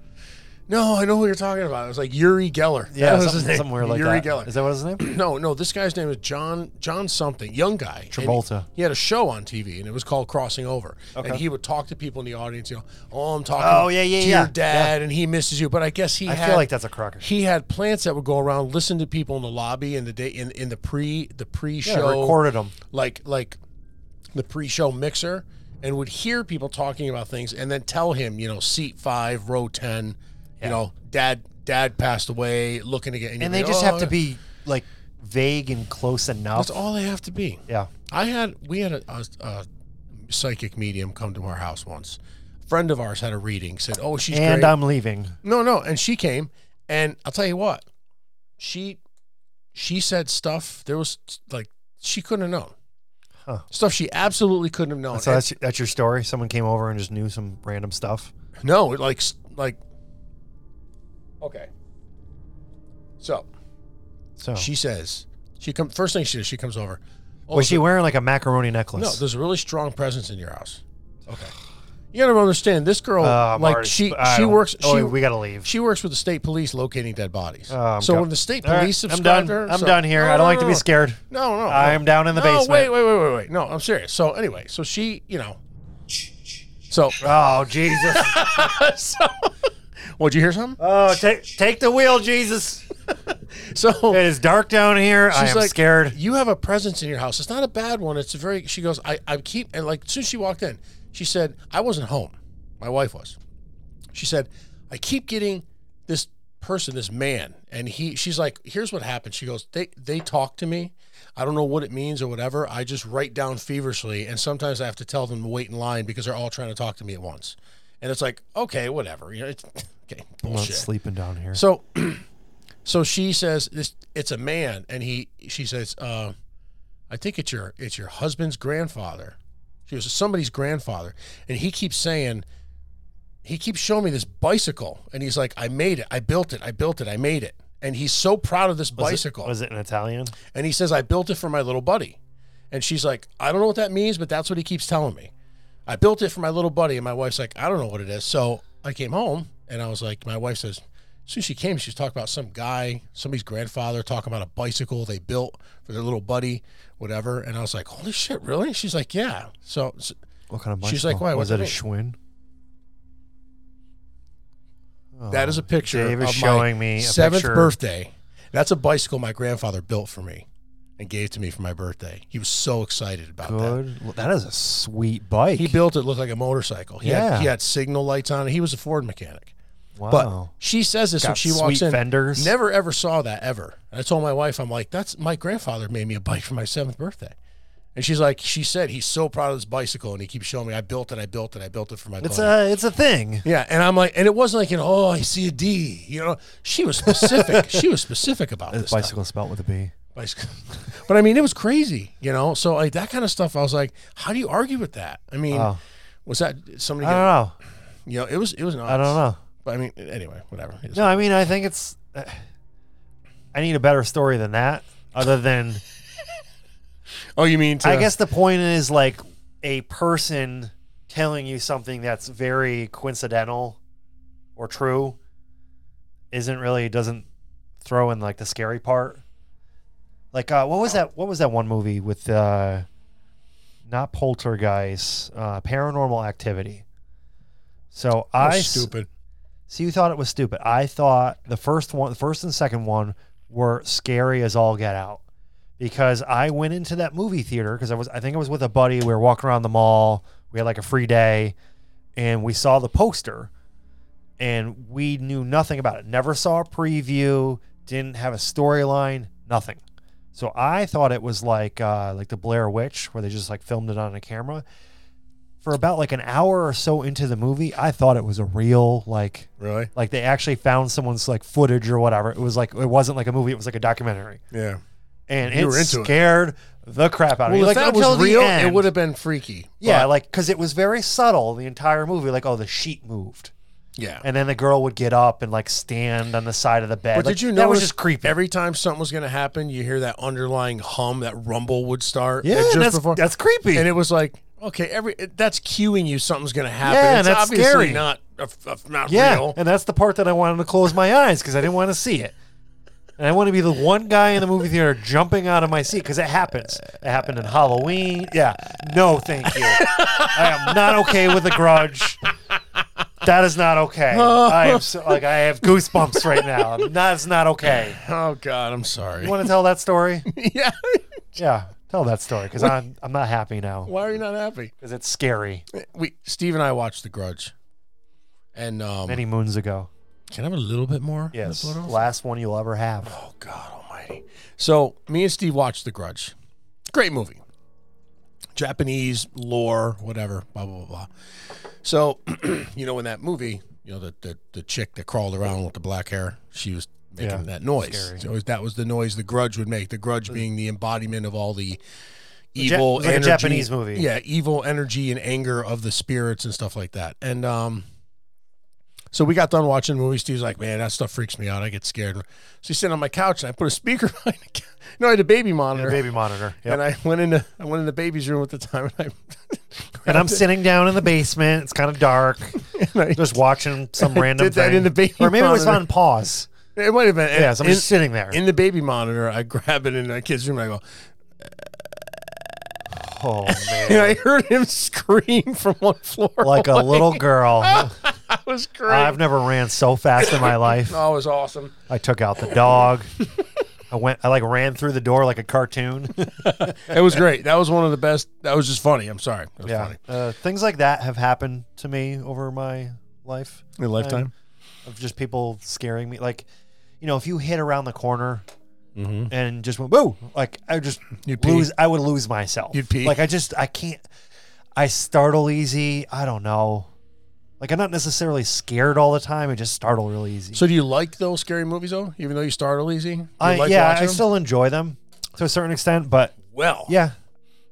Speaker 2: no, I know who you're talking about. It was like Yuri Geller.
Speaker 1: Yeah,
Speaker 2: that was
Speaker 1: something,
Speaker 2: his name.
Speaker 1: something weird like
Speaker 2: Yuri
Speaker 1: that.
Speaker 2: Geller.
Speaker 1: Is that what his name?
Speaker 2: no, no, this guy's name is John John something, young guy. and
Speaker 1: Travolta.
Speaker 2: He, he had a show on TV, and it was called Crossing Over. And
Speaker 1: Okay.
Speaker 2: he would talk to people in the audience. You know, oh, I'm talking.
Speaker 1: Oh, yeah, yeah,
Speaker 2: to
Speaker 1: yeah,
Speaker 2: Your dad, and he misses you. But I guess he.
Speaker 1: I
Speaker 2: had,
Speaker 1: feel like that's a crocker.
Speaker 2: He had plants that would go around, listen to people in the lobby in the day in, in the pre the pre
Speaker 1: Yeah,
Speaker 2: show
Speaker 1: recorded him.
Speaker 2: like like the pre-show mixer and would hear people talking about things and then tell him you know seat five row 10 you know dad dad passed away looking to get
Speaker 1: And they just have to be like vague and close enough.
Speaker 2: that's "Oh, all they have to be
Speaker 1: Yeah.
Speaker 2: i had we had a, a, a psychic medium come to our house once a friend of ours had a reading said oh she's
Speaker 1: and um,
Speaker 2: great.
Speaker 1: I'm leaving.
Speaker 2: No, no. And she came, and I'll tell you what, she she said stuff. There was like she couldn't have known
Speaker 1: Huh.
Speaker 2: stuff she absolutely couldn't have known.
Speaker 1: So that's, that's your story. Someone came over and just knew some random stuff.
Speaker 2: And- no, it, like s- like okay. So
Speaker 1: So
Speaker 2: she says she come first thing she does. She comes over. Oh,
Speaker 1: was she
Speaker 2: so-
Speaker 1: wearing like a macaroni
Speaker 2: No,
Speaker 1: necklace?
Speaker 2: there's a really strong presence in your house. Okay. You gotta understand this girl.
Speaker 1: Uh, I'm
Speaker 2: like
Speaker 1: already-
Speaker 2: she,
Speaker 1: I
Speaker 2: she
Speaker 1: don't-
Speaker 2: works.
Speaker 1: Oh,
Speaker 2: she,
Speaker 1: we gotta leave.
Speaker 2: she works with the state police locating dead bodies.
Speaker 1: Oh, I'm
Speaker 2: so
Speaker 1: go-
Speaker 2: when the state
Speaker 1: All right,
Speaker 2: police
Speaker 1: I'm
Speaker 2: subscribe
Speaker 1: done.
Speaker 2: to her,
Speaker 1: I'm
Speaker 2: so-
Speaker 1: done here.
Speaker 2: No,
Speaker 1: I don't
Speaker 2: no,
Speaker 1: like
Speaker 2: no,
Speaker 1: to be
Speaker 2: no.
Speaker 1: scared.
Speaker 2: No, no.
Speaker 1: I am down in the
Speaker 2: no,
Speaker 1: basement.
Speaker 2: Wait, wait, wait, wait, wait. No, I'm serious. So anyway, so she, you know, so
Speaker 1: Oh Jesus!
Speaker 2: so. Would you hear something?
Speaker 1: oh, take take the wheel, Jesus.
Speaker 2: So
Speaker 1: It is dark down here. I
Speaker 2: She's
Speaker 1: am
Speaker 2: like,
Speaker 1: scared.
Speaker 2: You have a presence in your house. It's not a bad one. It's a very. She goes. I. I keep. And like, as soon as she walked in, she said, "I wasn't home. My wife was." She said, "I keep getting this person, this man, and he." She's like, "Here's what happened." She goes, "They they talk to me. I don't know what it means or whatever. I just write down feverishly, and sometimes I have to tell them to wait in line because they're all trying to talk to me at once." And it's like, okay, whatever. You know, it's okay,
Speaker 3: I'm not
Speaker 2: bullshit.
Speaker 3: sleeping down here.
Speaker 2: So, so she says this. It's a man, and he. She says, uh, "I think it's your it's your husband's grandfather." She was somebody's grandfather, and he keeps saying, he keeps showing me this bicycle, and he's like, "I made it. I built it. I built it. I made it." And he's so proud of this
Speaker 1: Was it-
Speaker 2: bicycle,
Speaker 1: was it an Italian?
Speaker 2: and he says, "I built it for my little buddy," and she's like, "I don't know what that means, but that's what he keeps telling me." I built it for my little buddy, and my wife's like, I don't know what it is. So I came home, and I was like, my wife says, as soon as she came, she was talking about some guy, somebody's grandfather, talking about a bicycle they built for their little buddy, whatever. And I was like, holy shit, really? She's like, yeah. So, so-
Speaker 3: what kind of bicycle?
Speaker 2: she's like, why,
Speaker 3: Was it
Speaker 2: what do
Speaker 3: a
Speaker 2: you
Speaker 3: Schwinn?
Speaker 2: that is a picture
Speaker 1: Oh, Dave is
Speaker 2: of
Speaker 1: showing
Speaker 2: my
Speaker 1: me a
Speaker 2: seventh
Speaker 1: picture.
Speaker 2: birthday. That's a bicycle my grandfather built for me and gave to me for my birthday. He was so excited about that.
Speaker 3: good. Look, That is a sweet bike.
Speaker 2: He built it looked like a motorcycle. He had,
Speaker 3: Yeah.
Speaker 2: he had signal lights on it. He was a Ford mechanic. But
Speaker 3: wow.
Speaker 2: she says this when
Speaker 1: Got
Speaker 2: she walks
Speaker 1: sweet
Speaker 2: in.
Speaker 1: fenders.
Speaker 2: Never ever saw that ever. And I told my wife, I'm like, that's my grandfather made me a bike for my seventh birthday. And she's like, she said he's so proud of this bicycle, and he keeps showing me, I built it, I built it, I built it for my.
Speaker 1: It's
Speaker 2: buddy."
Speaker 1: a it's a thing.
Speaker 2: yeah, and I'm like, and it wasn't like, you know, oh, I see a D. You know, she was specific. she was specific about
Speaker 3: This
Speaker 2: this stuff.
Speaker 3: bicycle spelt with a B.
Speaker 2: bicycle. but I mean, it was crazy. You know, so like that kind of stuff. I was like, how do you argue with that? I mean,
Speaker 3: Wow.
Speaker 2: was that somebody?
Speaker 1: Oh. I don't
Speaker 2: Get,
Speaker 1: know.
Speaker 2: you know, it was it was nuts.
Speaker 1: I don't know.
Speaker 2: But I mean, anyway, whatever. It is-
Speaker 1: No, I mean I think it's. eh, I need a better story than that. Other than
Speaker 2: Oh, you mean? To,
Speaker 1: I guess the point is like a person telling you something that's very coincidental or true isn't really doesn't throw in like the scary part. Like uh, what was that? What was that one movie with uh, not Poltergeist, uh, Paranormal Activity? So
Speaker 2: How
Speaker 1: I s-
Speaker 2: stupid.
Speaker 1: So you thought it was stupid. I thought the first one, the first and second one were scary as all get out because I went into that movie theater because I was, I think I was with a buddy. We were walking around the mall. We had like a free day and we saw the poster and we knew nothing about it. Never saw a preview, didn't have a storyline, nothing. So I thought it was like uh, like the Blair Witch where they just like filmed it on a camera. For about like an hour or so into the movie, I thought it was a real like
Speaker 2: Really?
Speaker 1: like they actually found someone's like footage or whatever. It was like it wasn't like a movie. It was like a documentary,
Speaker 2: Yeah.
Speaker 1: and
Speaker 2: You
Speaker 1: it
Speaker 2: were into it.
Speaker 1: scared the crap out of
Speaker 2: Well,
Speaker 1: me.
Speaker 2: if
Speaker 1: Like
Speaker 2: that
Speaker 1: until
Speaker 2: was real,
Speaker 1: the end,
Speaker 2: it would have been freaky.
Speaker 1: yeah,
Speaker 2: But-
Speaker 1: like because it was very subtle the entire movie. Like oh, the sheet moved,
Speaker 2: yeah.
Speaker 1: and then the girl would get up and like stand on the side of the bed.
Speaker 2: but
Speaker 1: Like,
Speaker 2: did you know
Speaker 1: that was just creepy?
Speaker 2: Every time something was going to happen, you hear that underlying hum, that rumble would start.
Speaker 1: yeah,
Speaker 2: and just
Speaker 1: that's,
Speaker 2: before,
Speaker 1: that's creepy.
Speaker 2: and it was like, okay, every it- that's cueing you something's going to happen.
Speaker 1: Yeah, and
Speaker 2: it's
Speaker 1: that's
Speaker 2: obviously
Speaker 1: scary.
Speaker 2: Not a, a- not
Speaker 1: yeah,
Speaker 2: real.
Speaker 1: and that's the part that I wanted to close my eyes because I didn't want to see it. And I want to be the one guy in the movie theater jumping out of my seat because it happens. It happened in Halloween. Yeah. No, thank you. I am not okay with the grudge. That is not okay. I am so, like I have goosebumps right now. That's not okay.
Speaker 2: Oh God, I'm sorry.
Speaker 1: You want to tell that story?
Speaker 2: yeah.
Speaker 1: Yeah, tell that story because I'm I'm not happy now
Speaker 2: Why are you not happy?
Speaker 1: because it's scary.
Speaker 2: We Steve and I watched The Grudge, and um,
Speaker 1: Many moons ago.
Speaker 2: can I have a little bit more? of
Speaker 1: Yes,
Speaker 2: the photos?
Speaker 1: last one you'll ever have.
Speaker 2: Oh God Almighty! So me and Steve watched The Grudge. Great movie. Japanese lore, whatever, blah blah blah. blah. So, you know, in that movie, you know, the the, the chick that crawled around with the black hair, she was making
Speaker 1: Yeah,
Speaker 2: that noise.
Speaker 1: scary.
Speaker 2: So that was the noise the Grudge would make. The Grudge being the embodiment of all the
Speaker 1: Ja-
Speaker 2: evil
Speaker 1: it was like a
Speaker 2: energy-
Speaker 1: Japanese movie.
Speaker 2: Yeah, evil energy and anger of the spirits and stuff like that. And um, So we got done watching the movie. Steve's like, man, that stuff freaks me out. I get scared. So he's sitting on my couch and I put a speaker behind the couch. No, I had a baby monitor.
Speaker 1: baby monitor. Yep.
Speaker 2: And I went into I went into baby's room at the time and I
Speaker 1: And I'm sitting down in the basement. It's kind of dark. just watching some random
Speaker 2: did that
Speaker 1: thing.
Speaker 2: in the baby
Speaker 1: or maybe it was
Speaker 2: monitor.
Speaker 1: on pause.
Speaker 2: it might have been
Speaker 1: Yeah, so I'm
Speaker 2: in,
Speaker 1: just sitting there.
Speaker 2: in the baby monitor, I grab it in my kid's room and I go,
Speaker 1: oh man,
Speaker 2: and I heard him scream from one floor.
Speaker 1: like a little girl.
Speaker 2: that was great.
Speaker 1: I've never ran so fast in my life.
Speaker 2: oh, it was awesome.
Speaker 1: I took out the dog. I went. I like ran through the door like a cartoon.
Speaker 2: It was great. That was one of the best. That was just funny. I'm sorry. It was
Speaker 1: yeah,
Speaker 2: funny.
Speaker 1: uh, things like that have happened to me over my life.
Speaker 2: Your lifetime?
Speaker 1: of just people scaring me. Like, you know, if you hit around the corner
Speaker 2: Mm-hmm.
Speaker 1: and just went boo, like I just
Speaker 2: You'd pee.
Speaker 1: lose. I would lose myself.
Speaker 2: You'd pee.
Speaker 1: Like I just I can't. I startle easy. I don't know. Like I'm not necessarily scared all the time. I just startle really easy.
Speaker 2: So, do you like those scary movies though? Even though you startle easy, you
Speaker 1: I,
Speaker 2: like
Speaker 1: yeah,
Speaker 2: watching
Speaker 1: I
Speaker 2: them?
Speaker 1: still enjoy them to a certain extent, but
Speaker 2: well.
Speaker 1: yeah,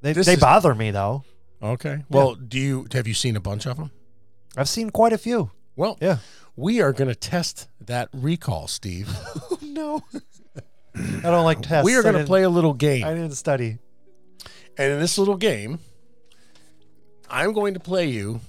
Speaker 1: they
Speaker 2: This
Speaker 1: they
Speaker 2: is-
Speaker 1: bother me though.
Speaker 2: Okay. Well, do you have you seen a bunch of them?
Speaker 1: I've seen quite a few.
Speaker 2: Well,
Speaker 1: Yeah.
Speaker 2: we are going to test that recall, Steve.
Speaker 1: Oh, no. I don't like tests.
Speaker 2: we are
Speaker 1: I
Speaker 2: going to
Speaker 1: didn't-
Speaker 2: play a little game,
Speaker 1: I didn't study.
Speaker 2: and in this little game, I'm going to play you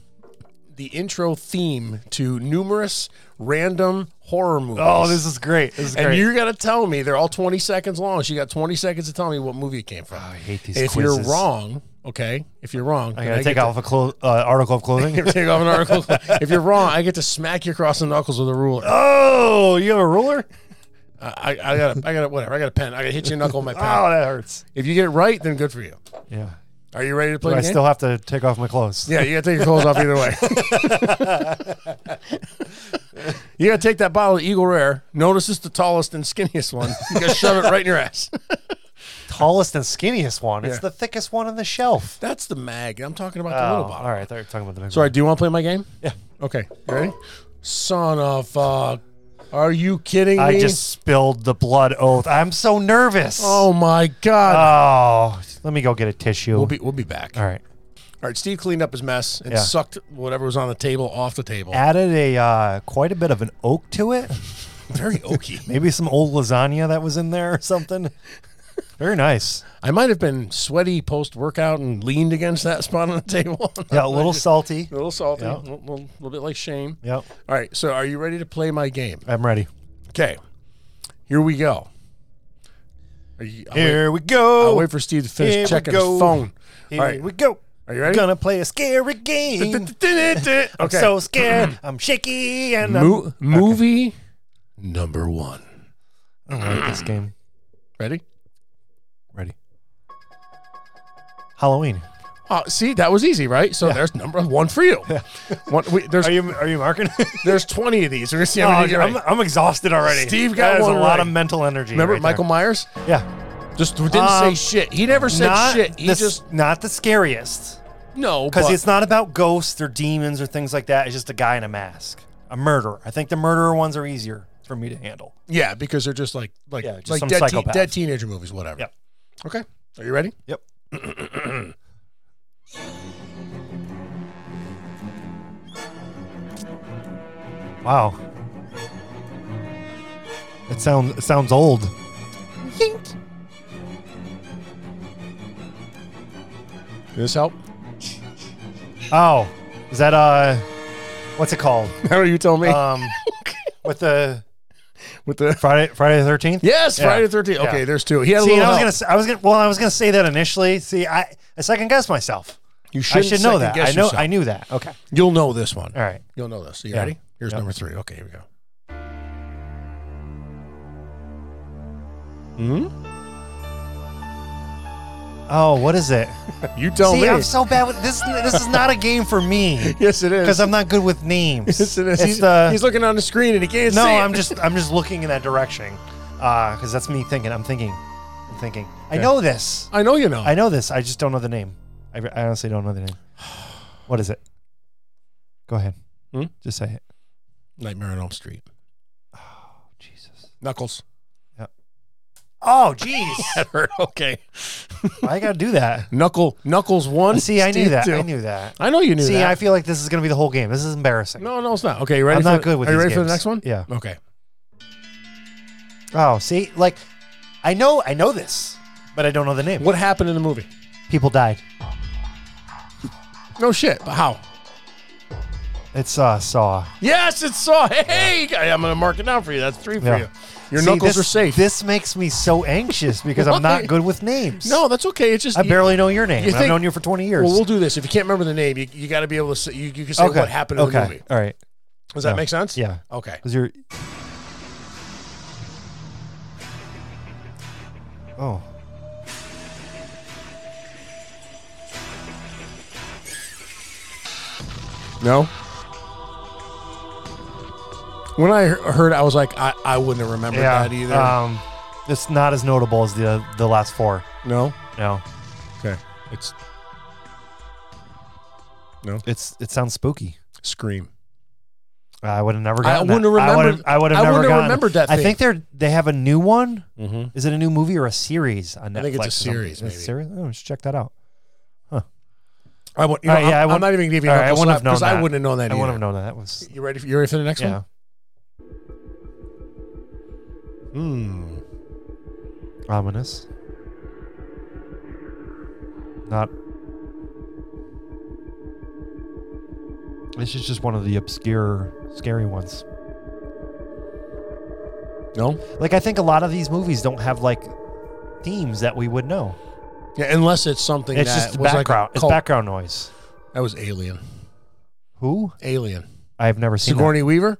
Speaker 2: the intro theme to numerous random horror movies.
Speaker 1: Oh, this is great. This is
Speaker 2: And
Speaker 1: great.
Speaker 2: you're gonna tell me they're all 20 seconds long. So you got 20 seconds to tell me what movie it came from.
Speaker 1: Oh, I hate these
Speaker 2: if
Speaker 1: quizzes.
Speaker 2: you're wrong, okay. If you're wrong,
Speaker 1: I
Speaker 2: then
Speaker 1: gotta
Speaker 2: get
Speaker 1: take
Speaker 2: to-
Speaker 1: off a clo- uh, article of clothing.
Speaker 2: take off an article. if you're wrong, I get to smack you across the knuckles with a ruler.
Speaker 1: oh, you have a ruler?
Speaker 2: I, I, I got, a, I got, a, whatever. I got a pen. I got to hit you in the knuckle with my pen.
Speaker 1: Oh, that hurts.
Speaker 2: If you get it right, then good for you.
Speaker 1: Yeah.
Speaker 2: Are you ready to play?
Speaker 1: But I
Speaker 2: the game?
Speaker 1: still have to take off my clothes.
Speaker 2: Yeah, you got to take your clothes off either way. you got to take that bottle of Eagle Rare. Notice it's the tallest and skinniest one. You got to shove it right in your ass.
Speaker 1: Tallest and skinniest one. It's
Speaker 2: Yeah.
Speaker 1: the thickest one on the shelf.
Speaker 2: That's the mag. I'm talking about the
Speaker 1: Oh,
Speaker 2: little bottle.
Speaker 1: all right. They're talking about the big
Speaker 2: Sorry, do you want to play my game?
Speaker 1: Yeah.
Speaker 2: Okay. You ready? Son of uh, are you kidding
Speaker 1: one. I
Speaker 2: me?
Speaker 1: just spilled the blood oath. I'm so nervous.
Speaker 2: Oh my god.
Speaker 1: Oh, let me go get a tissue.
Speaker 2: we'll be we'll be back.
Speaker 1: all right.
Speaker 2: All right, Steve cleaned up his mess and
Speaker 1: Yeah.
Speaker 2: sucked whatever was on the table off the table.
Speaker 1: Added a uh, quite a bit of an oak to it.
Speaker 2: Very oaky.
Speaker 1: Maybe some old lasagna that was in there or something. Very nice.
Speaker 2: I might have been sweaty post workout and leaned against that spot on the table.
Speaker 1: Yeah, a little salty.
Speaker 2: a little salty,
Speaker 1: Yeah.
Speaker 2: a little, little- little bit like shame.
Speaker 1: Yep.
Speaker 2: All right, so are you ready to play my game?
Speaker 1: I'm ready.
Speaker 2: Okay, here we go. Are you, I'll, wait,
Speaker 1: Here we
Speaker 2: I'll
Speaker 1: go.
Speaker 2: wait for Steve to finish
Speaker 1: Here we
Speaker 2: checking
Speaker 1: go.
Speaker 2: his phone.
Speaker 1: Here
Speaker 2: All right,
Speaker 1: we go.
Speaker 2: are you ready?
Speaker 1: Gonna play a scary game.
Speaker 2: okay.
Speaker 1: I'm so scared. I'm shaky and I'm-
Speaker 2: Mo- movie number one.
Speaker 1: I don't like this game.
Speaker 2: Ready?
Speaker 1: Ready. Halloween.
Speaker 2: Oh, see, that was easy, right? So there's number one for you. One- we- there's
Speaker 1: you are you marking?
Speaker 2: there's 20 of these. We're gonna see how many you get
Speaker 1: I'm,
Speaker 2: right.
Speaker 1: I'm exhausted already.
Speaker 2: Steve
Speaker 1: That
Speaker 2: got
Speaker 1: is
Speaker 2: one
Speaker 1: a lot
Speaker 2: right.
Speaker 1: of mental energy.
Speaker 2: Remember
Speaker 1: right there.
Speaker 2: Michael Myers?
Speaker 1: Yeah.
Speaker 2: Just didn't say
Speaker 1: Um,
Speaker 2: shit. He never said
Speaker 1: not
Speaker 2: shit. He
Speaker 1: the,
Speaker 2: just
Speaker 1: not the scariest
Speaker 2: no,
Speaker 1: because
Speaker 2: but-
Speaker 1: it's not about ghosts or demons or things like that. It's just a guy in a mask, a murderer. I think the murderer ones are easier for me to handle.
Speaker 2: yeah, because they're just like like
Speaker 1: Yeah, just
Speaker 2: like
Speaker 1: some
Speaker 2: dead, te-
Speaker 1: psychopath.
Speaker 2: dead teenager movies, whatever.
Speaker 1: Yep.
Speaker 2: Okay. Are you ready?
Speaker 1: Yep. wow. It sounds it sounds old.
Speaker 2: Does this help?
Speaker 1: Oh, is that uh, what's it called?
Speaker 2: How are you telling me?
Speaker 1: Um, with the
Speaker 2: With the
Speaker 1: Friday Friday the Thirteenth.
Speaker 2: yes,
Speaker 1: Yeah.
Speaker 2: Friday the 13th. Okay,
Speaker 1: Yeah.
Speaker 2: there's two. He had a
Speaker 1: See,
Speaker 2: little.
Speaker 1: I was
Speaker 2: help.
Speaker 1: gonna say, I was gonna well I was gonna say that initially. See, I I second guess myself.
Speaker 2: you
Speaker 1: I
Speaker 2: shouldn't
Speaker 1: should know
Speaker 2: second
Speaker 1: that.
Speaker 2: guess
Speaker 1: I know
Speaker 2: yourself.
Speaker 1: I knew that. Okay.
Speaker 2: You'll know this one.
Speaker 1: All right.
Speaker 2: You'll know this. Are you
Speaker 1: Yeah.
Speaker 2: ready? Here's
Speaker 1: Yep.
Speaker 2: number three. Okay, here we go.
Speaker 1: Oh, what is it?
Speaker 2: You tell
Speaker 1: See,
Speaker 2: me.
Speaker 1: I'm so bad with this. This is not a game for me.
Speaker 2: yes, it is.
Speaker 1: because I'm not good with names.
Speaker 2: Yes, it is.
Speaker 1: It's
Speaker 2: he's,
Speaker 1: the-
Speaker 2: he's looking on the screen and he can't
Speaker 1: no.
Speaker 2: see. it.
Speaker 1: I'm just I'm just looking in that direction, because that's me thinking. I'm thinking, I'm thinking. I know this.
Speaker 2: I know you know.
Speaker 1: I know this. I just don't know the name. I, re- I honestly don't know the name. What is it? Go ahead.
Speaker 2: Hmm?
Speaker 1: Just say it.
Speaker 2: Nightmare on Elm Street.
Speaker 1: Jesus.
Speaker 2: Knuckles.
Speaker 1: Oh, jeez.
Speaker 2: That hurt. Okay.
Speaker 1: I got to do that.
Speaker 2: Knuckle Knuckles one.
Speaker 1: See, I knew
Speaker 2: Steve
Speaker 1: that.
Speaker 2: two.
Speaker 1: I knew that.
Speaker 2: I know you knew
Speaker 1: See,
Speaker 2: that.
Speaker 1: I feel like this is going to be the whole game. This is embarrassing.
Speaker 2: no, no, it's not. Okay, you ready?
Speaker 1: I'm
Speaker 2: for
Speaker 1: not
Speaker 2: the-
Speaker 1: good with
Speaker 2: Are you
Speaker 1: these
Speaker 2: ready for the
Speaker 1: games.
Speaker 2: next one?
Speaker 1: Yeah.
Speaker 2: Okay.
Speaker 1: Oh, see, like I know I know this, but I don't know the name.
Speaker 2: What happened in the movie?
Speaker 1: People died.
Speaker 2: No shit. But how?
Speaker 1: It's uh Saw.
Speaker 2: Yes, it's Saw. Hey, I'm gonna mark it down for you. That's three for
Speaker 1: Yeah.
Speaker 2: you. Your
Speaker 1: See,
Speaker 2: knuckles
Speaker 1: this-
Speaker 2: are safe.
Speaker 1: This makes me so anxious because I'm
Speaker 2: Why?
Speaker 1: not good with names.
Speaker 2: no, that's okay. It's just
Speaker 1: I barely know your name.
Speaker 2: you
Speaker 1: and I've
Speaker 2: think-
Speaker 1: known you for 20 years.
Speaker 2: Well, we'll do this. If you can't remember the name, you, you got to be able to say you, you can say what happened in
Speaker 1: okay.
Speaker 2: the movie.
Speaker 1: All right.
Speaker 2: Does that
Speaker 1: Yeah.
Speaker 2: make sense?
Speaker 1: Yeah.
Speaker 2: Okay.
Speaker 1: Cuz you're Oh.
Speaker 2: No. When I he- heard, I was like, I, I wouldn't have remembered
Speaker 1: Yeah.
Speaker 2: that either.
Speaker 1: Um it's not as notable as the the last four.
Speaker 2: no.
Speaker 1: No.
Speaker 2: Okay. It's
Speaker 1: It's it sounds spooky.
Speaker 2: Scream.
Speaker 1: I would have never
Speaker 2: I
Speaker 1: gotten.
Speaker 2: wouldn't
Speaker 1: that.
Speaker 2: have remembered-
Speaker 1: I would
Speaker 2: I
Speaker 1: have never
Speaker 2: wouldn't have
Speaker 1: gotten-
Speaker 2: remembered that
Speaker 1: I
Speaker 2: thing.
Speaker 1: think they're they have a new one.
Speaker 2: Mm-hmm.
Speaker 1: Is it a new movie or a series on Netflix?
Speaker 2: I think it's a
Speaker 1: or something?
Speaker 2: series,
Speaker 1: Is it
Speaker 2: maybe.
Speaker 1: series? Oh, let's check that out.
Speaker 2: I would. You know,
Speaker 1: All right, yeah, I
Speaker 2: I'm, I'm
Speaker 1: wouldn't-
Speaker 2: not even giving you.
Speaker 1: all right, I
Speaker 2: knuckles
Speaker 1: wouldn't
Speaker 2: up
Speaker 1: have known
Speaker 2: 'cause I
Speaker 1: that.
Speaker 2: wouldn't have known
Speaker 1: I
Speaker 2: that.
Speaker 1: wouldn't
Speaker 2: either.
Speaker 1: have known that. That was
Speaker 2: You ready? For, you ready for the next
Speaker 1: yeah.
Speaker 2: one? Hmm.
Speaker 1: Ominous. Not. This is just one of the obscure, scary ones.
Speaker 2: No.
Speaker 1: Like I think a lot of these movies don't have like themes that we would know.
Speaker 2: Yeah, unless it's something
Speaker 1: It's
Speaker 2: that
Speaker 1: just
Speaker 2: was
Speaker 1: background.
Speaker 2: Like a
Speaker 1: it's
Speaker 2: cult.
Speaker 1: background noise.
Speaker 2: That was Alien.
Speaker 1: Who?
Speaker 2: Alien.
Speaker 1: I've never seen. that.
Speaker 2: Sigourney Weaver.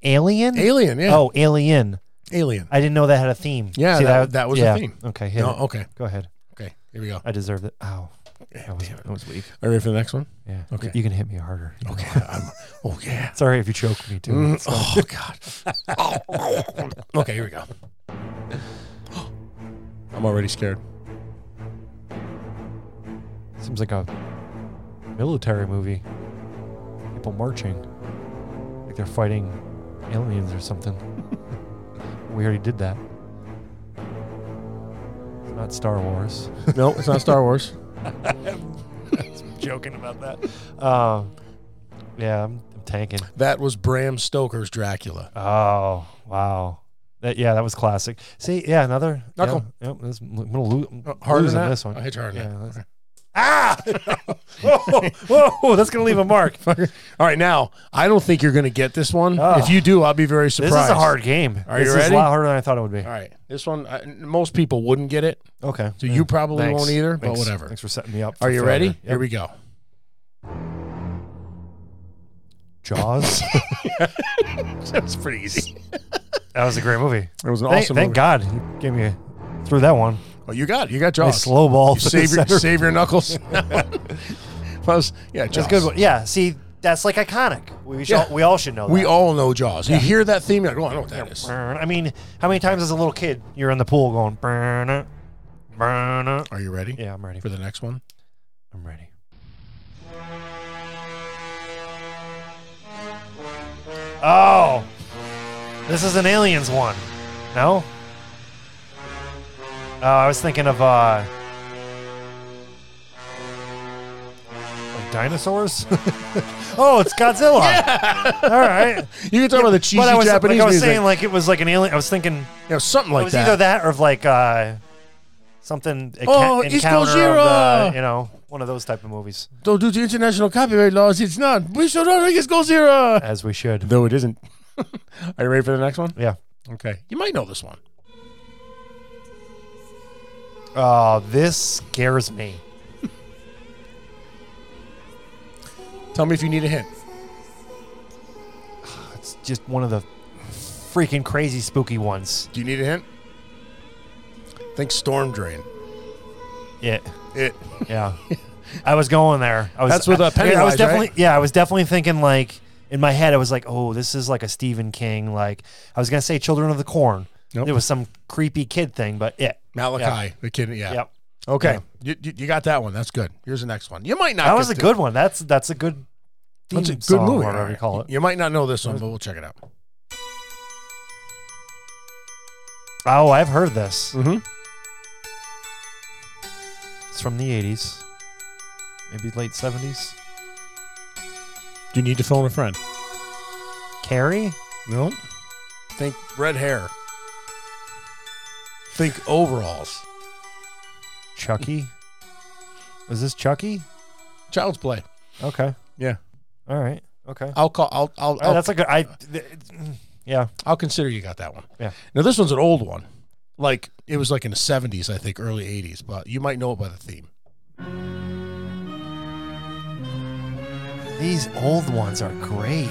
Speaker 1: Alien.
Speaker 2: Alien. Yeah.
Speaker 1: Oh, Alien.
Speaker 2: Alien.
Speaker 1: I didn't know that had a theme.
Speaker 2: Yeah,
Speaker 1: See,
Speaker 2: that- that was a theme.
Speaker 1: Okay, hit
Speaker 2: No. oh.
Speaker 1: it.
Speaker 2: Okay.
Speaker 1: go ahead.
Speaker 2: Okay. Here we go.
Speaker 1: I deserved it. Ow,
Speaker 2: Yeah,
Speaker 1: that was,
Speaker 2: damn it.
Speaker 1: that was weak.
Speaker 2: Are you ready for the next one?
Speaker 1: Yeah.
Speaker 2: Okay.
Speaker 1: You can hit me harder. You know.
Speaker 2: Okay. I'm, oh yeah.
Speaker 1: Sorry if you choke me too.
Speaker 2: Mm,
Speaker 1: It's-
Speaker 2: oh God. okay. Here we go. I'm already scared.
Speaker 1: Seems like a military movie. People marching, like they're fighting aliens or something. we already did that. It's not Star Wars.
Speaker 2: No, it's not Star Wars.
Speaker 1: Joking about that. Um, yeah, I'm, I'm tanking.
Speaker 2: That was Bram Stoker's Dracula.
Speaker 1: Oh wow. That, yeah, that was classic. See, yeah, another
Speaker 2: Knuckle.
Speaker 1: Yeah, yep, this, I'm gonna lose, I'm
Speaker 2: Uh, harder
Speaker 1: losing
Speaker 2: than that?
Speaker 1: this one.
Speaker 2: I hit you harder than
Speaker 1: Yeah,
Speaker 2: that.
Speaker 1: that's- ah! whoa, whoa, that's gonna leave a mark. this
Speaker 2: All right, now I don't think you're going to get this one.
Speaker 1: Ah.
Speaker 2: if you do, I'll be very
Speaker 1: is
Speaker 2: surprised.
Speaker 1: a hard game.
Speaker 2: Are
Speaker 1: this
Speaker 2: you
Speaker 1: is
Speaker 2: ready?
Speaker 1: a lot harder than I thought it would be.
Speaker 2: All right, this one I, most people wouldn't get it,
Speaker 1: Okay.
Speaker 2: so
Speaker 1: Yeah.
Speaker 2: you probably
Speaker 1: Thanks.
Speaker 2: won't either. But
Speaker 1: Thanks.
Speaker 2: whatever.
Speaker 1: Thanks for setting me up.
Speaker 2: Are you ready? Here
Speaker 1: Here we
Speaker 2: we go.
Speaker 1: Jaws.
Speaker 2: That's pretty easy.
Speaker 1: that was a great movie.
Speaker 2: It was an
Speaker 1: Thank,
Speaker 2: awesome.
Speaker 1: thank
Speaker 2: movie.
Speaker 1: God you gave me through that one.
Speaker 2: Oh, you got it. you got
Speaker 1: I
Speaker 2: Jaws.
Speaker 1: slow ball.
Speaker 2: You save your save your knuckles. Plus, yeah, Jaws.
Speaker 1: That's a good one. Yeah. See, that's like iconic. We should,
Speaker 2: Yeah.
Speaker 1: we all should know.
Speaker 2: We
Speaker 1: that.
Speaker 2: all know Jaws. You hear that theme, you're like, oh, I know what that is.
Speaker 1: I mean, how many times as a little kid you're in the pool going burn it, burn it?
Speaker 2: Are you ready
Speaker 1: Yeah, I'm ready.
Speaker 2: for the next one?
Speaker 1: I'm ready. Oh, this is an aliens one. No. Oh, I was thinking of uh, like dinosaurs. oh, it's Godzilla. All right.
Speaker 2: You can talk about the cheesy
Speaker 1: but I was,
Speaker 2: Japanese
Speaker 1: like I was
Speaker 2: music.
Speaker 1: saying, like it was like an alien. I was thinking
Speaker 2: you know, something
Speaker 1: it
Speaker 2: like
Speaker 1: was either
Speaker 2: that.
Speaker 1: that or of like uh, something. enca-
Speaker 2: Oh, East
Speaker 1: encounter of
Speaker 2: Gojira!
Speaker 1: the, you know, one of those type of movies,
Speaker 2: Though due to international copyright laws, it's not. We should not make it go zero.
Speaker 1: as we should.
Speaker 2: Though it isn't. Are you ready for the next one?
Speaker 1: Yeah.
Speaker 2: Okay. You might know this one.
Speaker 1: Oh, this scares me.
Speaker 2: Tell me if you need a hint.
Speaker 1: It's just one of the freaking crazy spooky ones.
Speaker 2: Do you need a hint? Think storm drain.
Speaker 1: It.
Speaker 2: It.
Speaker 1: Yeah. I was going there. I was,
Speaker 2: That's with, uh,
Speaker 1: I- I
Speaker 2: Pennywise,
Speaker 1: was
Speaker 2: right?
Speaker 1: definitely yeah. I was definitely thinking like in my head. I was like, oh, this is like a Stephen King. Like I was gonna say Children of the Corn.
Speaker 2: Nope.
Speaker 1: It was some creepy kid thing, but it.
Speaker 2: Malachi. The kid. Yeah.
Speaker 1: Yep.
Speaker 2: Okay.
Speaker 1: Yeah.
Speaker 2: You, you, you got that one. That's good. Here's the next one. You might not.
Speaker 1: That
Speaker 2: get
Speaker 1: was a
Speaker 2: thi-
Speaker 1: good one. That's that's a good. Theme
Speaker 2: That's a good
Speaker 1: song,
Speaker 2: movie.
Speaker 1: Whatever
Speaker 2: All
Speaker 1: you
Speaker 2: right.
Speaker 1: call it.
Speaker 2: You might not know this one, but we'll check it out.
Speaker 1: Oh, I've heard this.
Speaker 2: Mm-hmm.
Speaker 1: It's from the 80s, maybe late 70s.
Speaker 2: Do you need to phone a friend?
Speaker 1: Carrie?
Speaker 2: No. Think red hair. Think overalls.
Speaker 1: Chucky? Is this Chucky?
Speaker 2: Child's play.
Speaker 1: Okay.
Speaker 2: Yeah.
Speaker 1: All right. Okay.
Speaker 2: I'll call. I'll. I'll.
Speaker 1: Oh,
Speaker 2: I'll,
Speaker 1: that's a good. I. th- yeah.
Speaker 2: I'll consider you got that one.
Speaker 1: Yeah.
Speaker 2: Now this one's an old one. Like it was like in the seventies, I think, early eighties. But you might know it by the theme.
Speaker 1: These old ones are great.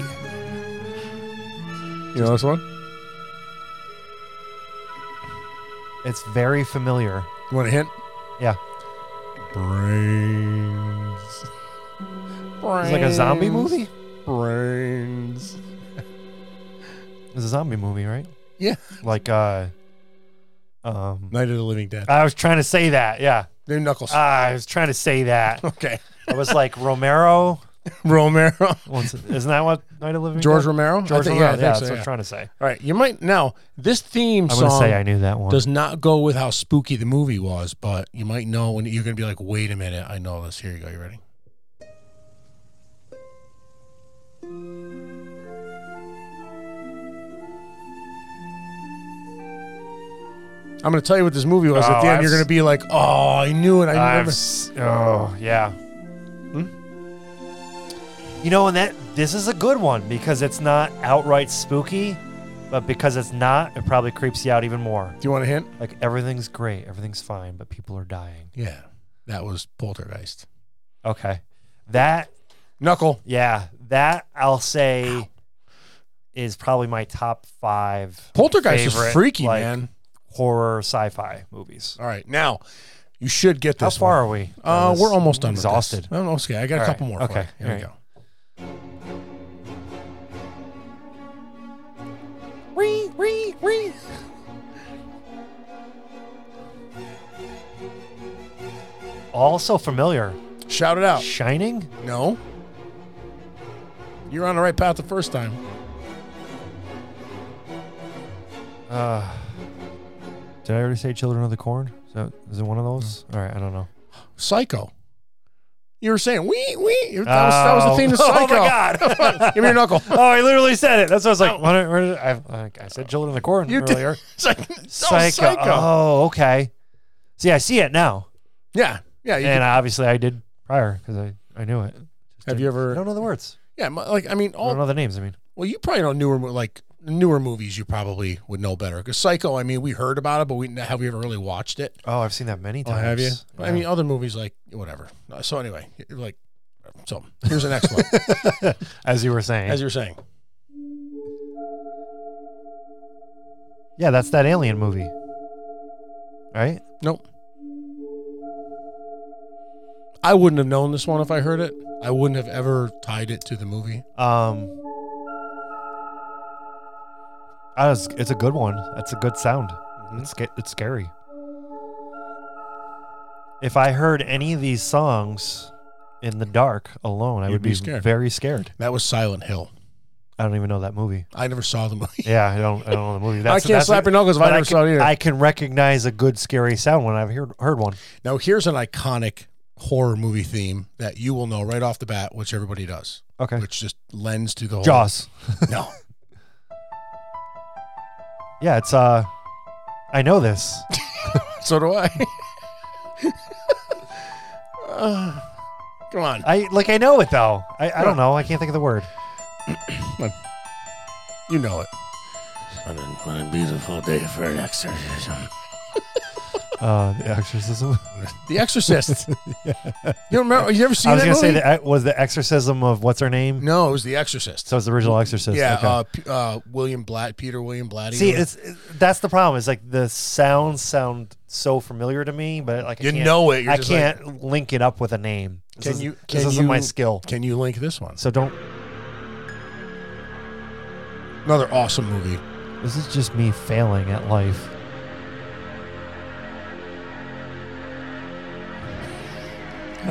Speaker 2: You know this one?
Speaker 1: It's very familiar.
Speaker 2: You want a hint?
Speaker 1: Yeah.
Speaker 2: Brains.
Speaker 1: It's like a zombie movie?
Speaker 2: Brains.
Speaker 1: It's a zombie movie, right?
Speaker 2: Yeah.
Speaker 1: Like, uh, um,
Speaker 2: Night of the Living Dead. Ah.
Speaker 1: I was trying to say that. Yeah. Ah,
Speaker 2: They're knuckles.
Speaker 1: I was trying to say that.
Speaker 2: okay.
Speaker 1: I was like, Romero.
Speaker 2: Romero.
Speaker 1: Once, isn't that what Night of the Living
Speaker 2: George
Speaker 1: Dead?
Speaker 2: Romero. I
Speaker 1: George
Speaker 2: think-
Speaker 1: Romero. Yeah,
Speaker 2: I think
Speaker 1: that's
Speaker 2: so,
Speaker 1: what
Speaker 2: yeah.
Speaker 1: I'm trying to say.
Speaker 2: All right, you might now this theme
Speaker 1: I'm going to
Speaker 2: song
Speaker 1: say I knew that one.
Speaker 2: does not go with how spooky the movie was, but you might know when you're gonna be like, "Wait a minute, I know this." Here you go. You ready? I'm gonna tell you what this movie was. At
Speaker 1: Oh,
Speaker 2: the end,
Speaker 1: I've
Speaker 2: you're gonna
Speaker 1: s-
Speaker 2: be like, "Oh, I knew it. I
Speaker 1: I've,
Speaker 2: remember."
Speaker 1: s- oh yeah.
Speaker 2: Hmm?
Speaker 1: You know, and that this is a good one because it's not outright spooky, but because it's not, it probably creeps you out even more.
Speaker 2: Do you want a hint?
Speaker 1: Like everything's great, everything's fine, but people are dying.
Speaker 2: Yeah, that was Poltergeist.
Speaker 1: Okay, that
Speaker 2: Knuckle.
Speaker 1: yeah, that I'll say is probably my top five
Speaker 2: Poltergeist
Speaker 1: Favorite,
Speaker 2: is freaky,
Speaker 1: like-
Speaker 2: man.
Speaker 1: horror sci-fi movies.
Speaker 2: All right, now you should get
Speaker 1: How
Speaker 2: this. one.
Speaker 1: far are we? on
Speaker 2: Uh,
Speaker 1: this?
Speaker 2: we're almost done.
Speaker 1: Exhausted.
Speaker 2: With this. I'm okay. I got a
Speaker 1: All
Speaker 2: couple
Speaker 1: right,
Speaker 2: more. for
Speaker 1: okay,
Speaker 2: you. Here we
Speaker 1: all
Speaker 2: go.
Speaker 1: Ree, ree, ree. Also familiar.
Speaker 2: Shout it out.
Speaker 1: Shining?
Speaker 2: No. You're on the right path the first time.
Speaker 1: Uh, did I already say Children of the Corn? Is, that, is it one of those?
Speaker 2: Mm.
Speaker 1: All right, I don't know.
Speaker 2: Psycho. You were saying wee wee. That was, that was the theme of Psycho.
Speaker 1: Oh, my God.
Speaker 2: Give me your knuckle.
Speaker 1: oh, I literally said it. That's what I was like. Where did, where did I, I said Children of the Corn
Speaker 2: You did.
Speaker 1: earlier.
Speaker 2: It's like, that was
Speaker 1: Psycho.
Speaker 2: Psycho.
Speaker 1: Oh, okay. See, I see it now.
Speaker 2: Yeah. Yeah. You
Speaker 1: And
Speaker 2: could-
Speaker 1: obviously I did prior because I, I knew it. Just
Speaker 2: have
Speaker 1: didn't-
Speaker 2: you
Speaker 1: I
Speaker 2: ever?
Speaker 1: don't know the words.
Speaker 2: Yeah. my- Like I mean,
Speaker 1: I don't
Speaker 2: all
Speaker 1: know the names, I mean.
Speaker 2: well, you probably know newer mo- like newer movies. You probably would know better because Psycho. I mean, we heard about it, but we have we ever really watched it?
Speaker 1: Oh, I've seen that many
Speaker 2: Oh,
Speaker 1: times.
Speaker 2: have you? I
Speaker 1: Yeah.
Speaker 2: mean, other movies like whatever. Uh, So anyway, you're like, so here's the next one.
Speaker 1: as you were saying.
Speaker 2: As you're saying,
Speaker 1: yeah, that's that alien movie. Right?
Speaker 2: nope. I wouldn't have known this one if I heard it. I wouldn't have ever tied it to the movie.
Speaker 1: Um I was, it's a good one. That's a good sound. It's sca- it's scary. If I heard any of these songs in the dark alone, I
Speaker 2: You'd
Speaker 1: would
Speaker 2: be
Speaker 1: be,
Speaker 2: scared.
Speaker 1: very scared.
Speaker 2: That was Silent Hill.
Speaker 1: I don't even know that movie.
Speaker 2: I never saw the movie.
Speaker 1: Yeah, I don't. I don't know the movie.
Speaker 2: I
Speaker 1: That's,
Speaker 2: can't
Speaker 1: that's
Speaker 2: slap your knuckles if I
Speaker 1: but
Speaker 2: never
Speaker 1: I
Speaker 2: saw it
Speaker 1: can,
Speaker 2: either.
Speaker 1: I can recognize a good scary sound when I've heard heard one.
Speaker 2: now here's an iconic horror movie theme that you will know right off the bat, which everybody does,
Speaker 1: Okay,
Speaker 2: which just lends to the whole.
Speaker 1: Jaws.
Speaker 2: No,
Speaker 1: Yeah, it's uh, I know this.
Speaker 2: so do I. Uh, come on.
Speaker 1: I like I know it though. I, I don't know. I can't think of the word.
Speaker 2: You know it.
Speaker 4: What a, what a beautiful day for an exorcism.
Speaker 1: Uh, the exorcism.
Speaker 2: The Exorcist. You don't remember? You ever seen
Speaker 1: I was
Speaker 2: that
Speaker 1: gonna say
Speaker 2: movie?
Speaker 1: that was the exorcism of what's her name.
Speaker 2: No, it was The Exorcist.
Speaker 1: So it's the original exorcist.
Speaker 2: yeah,
Speaker 1: Okay.
Speaker 2: uh, P- uh, William Blatt, Peter William Blatty.
Speaker 1: See, it's it- that's the problem. Is like the sounds sound so familiar to me, but like I
Speaker 2: you
Speaker 1: can't,
Speaker 2: know it. You're
Speaker 1: I
Speaker 2: just like,
Speaker 1: can't link it up with a name. This
Speaker 2: Can
Speaker 1: is-
Speaker 2: you-
Speaker 1: This
Speaker 2: can
Speaker 1: isn't my
Speaker 2: you-
Speaker 1: skill.
Speaker 2: can you link this one?
Speaker 1: So don't.
Speaker 2: Another awesome movie.
Speaker 1: This is just me failing at life.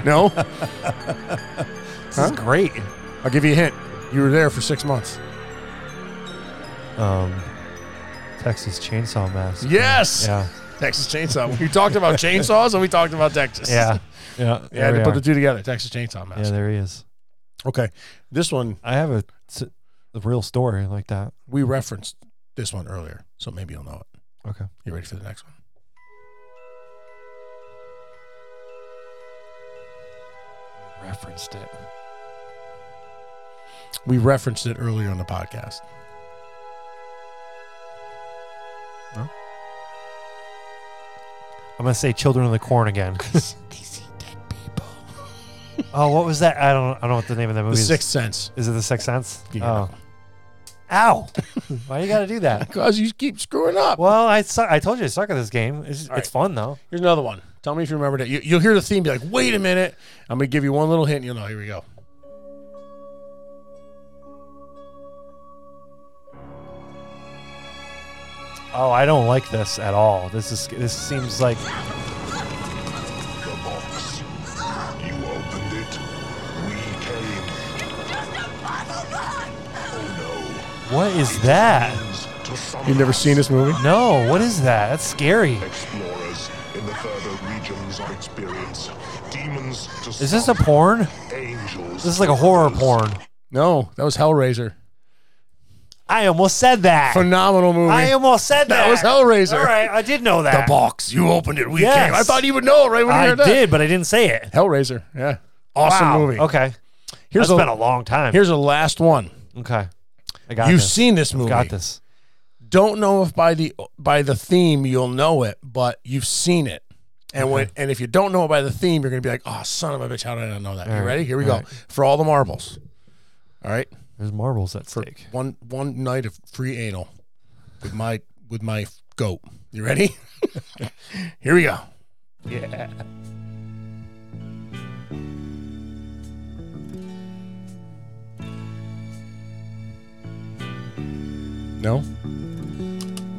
Speaker 2: No,
Speaker 1: This
Speaker 2: Huh?
Speaker 1: is great.
Speaker 2: I'll give you a hint. You were there for six months.
Speaker 1: Um, Texas Chainsaw Massacre.
Speaker 2: Yes.
Speaker 1: Yeah.
Speaker 2: Texas Chainsaw. We talked about chainsaws and we talked about Texas.
Speaker 1: Yeah.
Speaker 5: Yeah.
Speaker 2: Yeah,
Speaker 1: There
Speaker 2: to
Speaker 1: we
Speaker 2: put
Speaker 1: are.
Speaker 2: the two together. Texas Chainsaw Massacre.
Speaker 1: Yeah, there he is.
Speaker 2: Okay. This one
Speaker 1: I have a, s- a real story like that.
Speaker 2: we referenced this one earlier, so maybe you'll know it.
Speaker 1: Okay.
Speaker 2: You ready for the next one?
Speaker 1: Referenced it.
Speaker 2: We referenced it earlier on the podcast.
Speaker 1: I'm gonna say Children of the Corn again.
Speaker 2: They see dead people.
Speaker 1: oh, what was that? I don't. I don't know what the name of that
Speaker 2: The
Speaker 1: movie is.
Speaker 2: Sixth Sense.
Speaker 1: Is it The Sixth Sense?
Speaker 2: Yeah.
Speaker 1: Oh. Ow! Why you gotta do that?
Speaker 2: Because you keep screwing up.
Speaker 1: Well, I suck. I told you I suck at this game. It's,
Speaker 2: All
Speaker 1: it's fun though.
Speaker 2: Here's another one. Tell me if you remember that. You, you'll hear the theme, be like, wait a minute. I'm going to give you one little hint, and you'll know. Here we go.
Speaker 1: Oh, I don't like this at all. This is this seems like
Speaker 6: The box. You opened it. We came. Oh
Speaker 1: what is
Speaker 6: no.
Speaker 1: that?
Speaker 6: Means to summon
Speaker 2: You've never
Speaker 6: us.
Speaker 2: seen this movie?
Speaker 1: No, what is that? That's scary.
Speaker 6: Explorers in the further regions of experience. Demons to
Speaker 1: Is this a porn?
Speaker 6: angels.
Speaker 1: This is like a horror porn.
Speaker 2: No, that was Hellraiser.
Speaker 1: I almost said that.
Speaker 2: Phenomenal movie.
Speaker 1: I almost said that.
Speaker 2: That was Hellraiser.
Speaker 1: All right, I did know that.
Speaker 2: box. You opened it. We
Speaker 1: Yes.
Speaker 2: came. I thought you would know it right when you
Speaker 1: I
Speaker 2: heard that.
Speaker 1: did, but I didn't say it.
Speaker 2: Hellraiser. Yeah. Awesome
Speaker 1: Wow.
Speaker 2: movie.
Speaker 1: Okay,
Speaker 2: Here's
Speaker 1: that's been a
Speaker 2: a,
Speaker 1: long time.
Speaker 2: here's a last one.
Speaker 1: okay, I got
Speaker 2: You've
Speaker 1: this.
Speaker 2: seen this movie.
Speaker 1: got this.
Speaker 2: Don't know if by the by the theme you'll know it, but you've seen it. And when and if you don't know it by the theme, you're gonna be like, oh son of a bitch, how did I not know that? you
Speaker 1: right.
Speaker 2: ready? Here we
Speaker 1: All
Speaker 2: go. For all the marbles. All right.
Speaker 1: There's marbles at stake.
Speaker 2: One one night of free anal with my with my goat. You ready? Here we go.
Speaker 1: Yeah.
Speaker 2: No?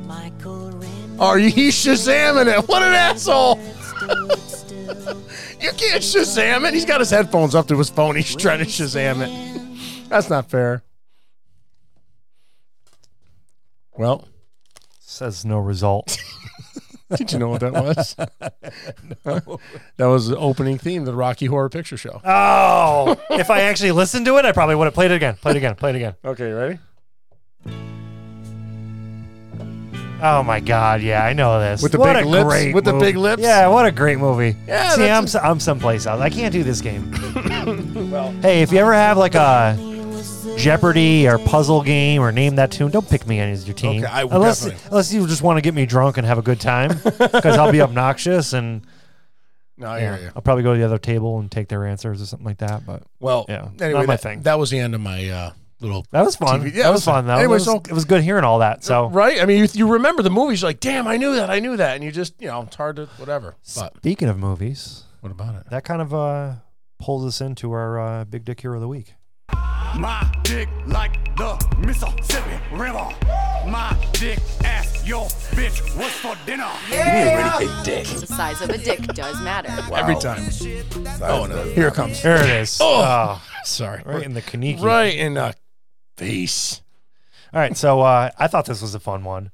Speaker 7: Michael Ren
Speaker 2: Are you Shazamming it? What an asshole!
Speaker 7: stood still.
Speaker 2: You can't Shazam it. He's got his headphones up to his phone. He's trying to Shazam it. That's not fair. Well,
Speaker 1: Says no result.
Speaker 2: did you know what that was? that was the opening theme to the Rocky Horror Picture Show.
Speaker 1: oh, if I actually listened to it, I probably would have played it again. Played it again. Played it again.
Speaker 2: Okay, ready?
Speaker 1: Oh my God! Yeah, I know this.
Speaker 2: With the
Speaker 1: What
Speaker 2: big
Speaker 1: a
Speaker 2: lips?
Speaker 1: great
Speaker 2: With the
Speaker 1: movie.
Speaker 2: big lips?
Speaker 1: Yeah, what a great movie.
Speaker 2: Yeah,
Speaker 1: See,
Speaker 2: that's
Speaker 1: I'm s I'm someplace else. I can't do this game. hey, if you ever have like a Jeopardy or puzzle game or name that tune, don't pick me as your team.
Speaker 2: Okay, I would
Speaker 1: unless
Speaker 2: definitely-
Speaker 1: unless you just want to get me drunk and have a good time, because I'll be obnoxious and
Speaker 2: No, I
Speaker 1: yeah,
Speaker 2: hear you.
Speaker 1: I'll probably go to the other table and take their answers or something like that. But
Speaker 2: Well,
Speaker 1: Yeah,
Speaker 2: anyway,
Speaker 1: not my
Speaker 2: that,
Speaker 1: thing.
Speaker 2: that was the end of my uh, little.
Speaker 1: that was fun.
Speaker 2: TV yeah,
Speaker 1: that was
Speaker 2: it was-
Speaker 1: fun though.
Speaker 2: anyway,
Speaker 1: it, was,
Speaker 2: so-
Speaker 1: it was good hearing all that. So
Speaker 2: Right? I mean, you, you remember the movies, you're like, damn, I knew that, I knew that. And you just, you know, it's hard to, whatever. But
Speaker 1: speaking of movies,
Speaker 2: what about it?
Speaker 1: that kind of uh, pulls us into our uh, big dick hero of the week.
Speaker 8: My dick like the Mississippi River. My dick ass your bitch what's for dinner.
Speaker 7: The size of a dick does matter.
Speaker 2: Every time. Oh, no. Here it comes.
Speaker 1: There it is.
Speaker 2: Oh, sorry.
Speaker 1: Right in the Kaneki.
Speaker 2: right in the face.
Speaker 1: All right, so uh, I thought this was a fun one.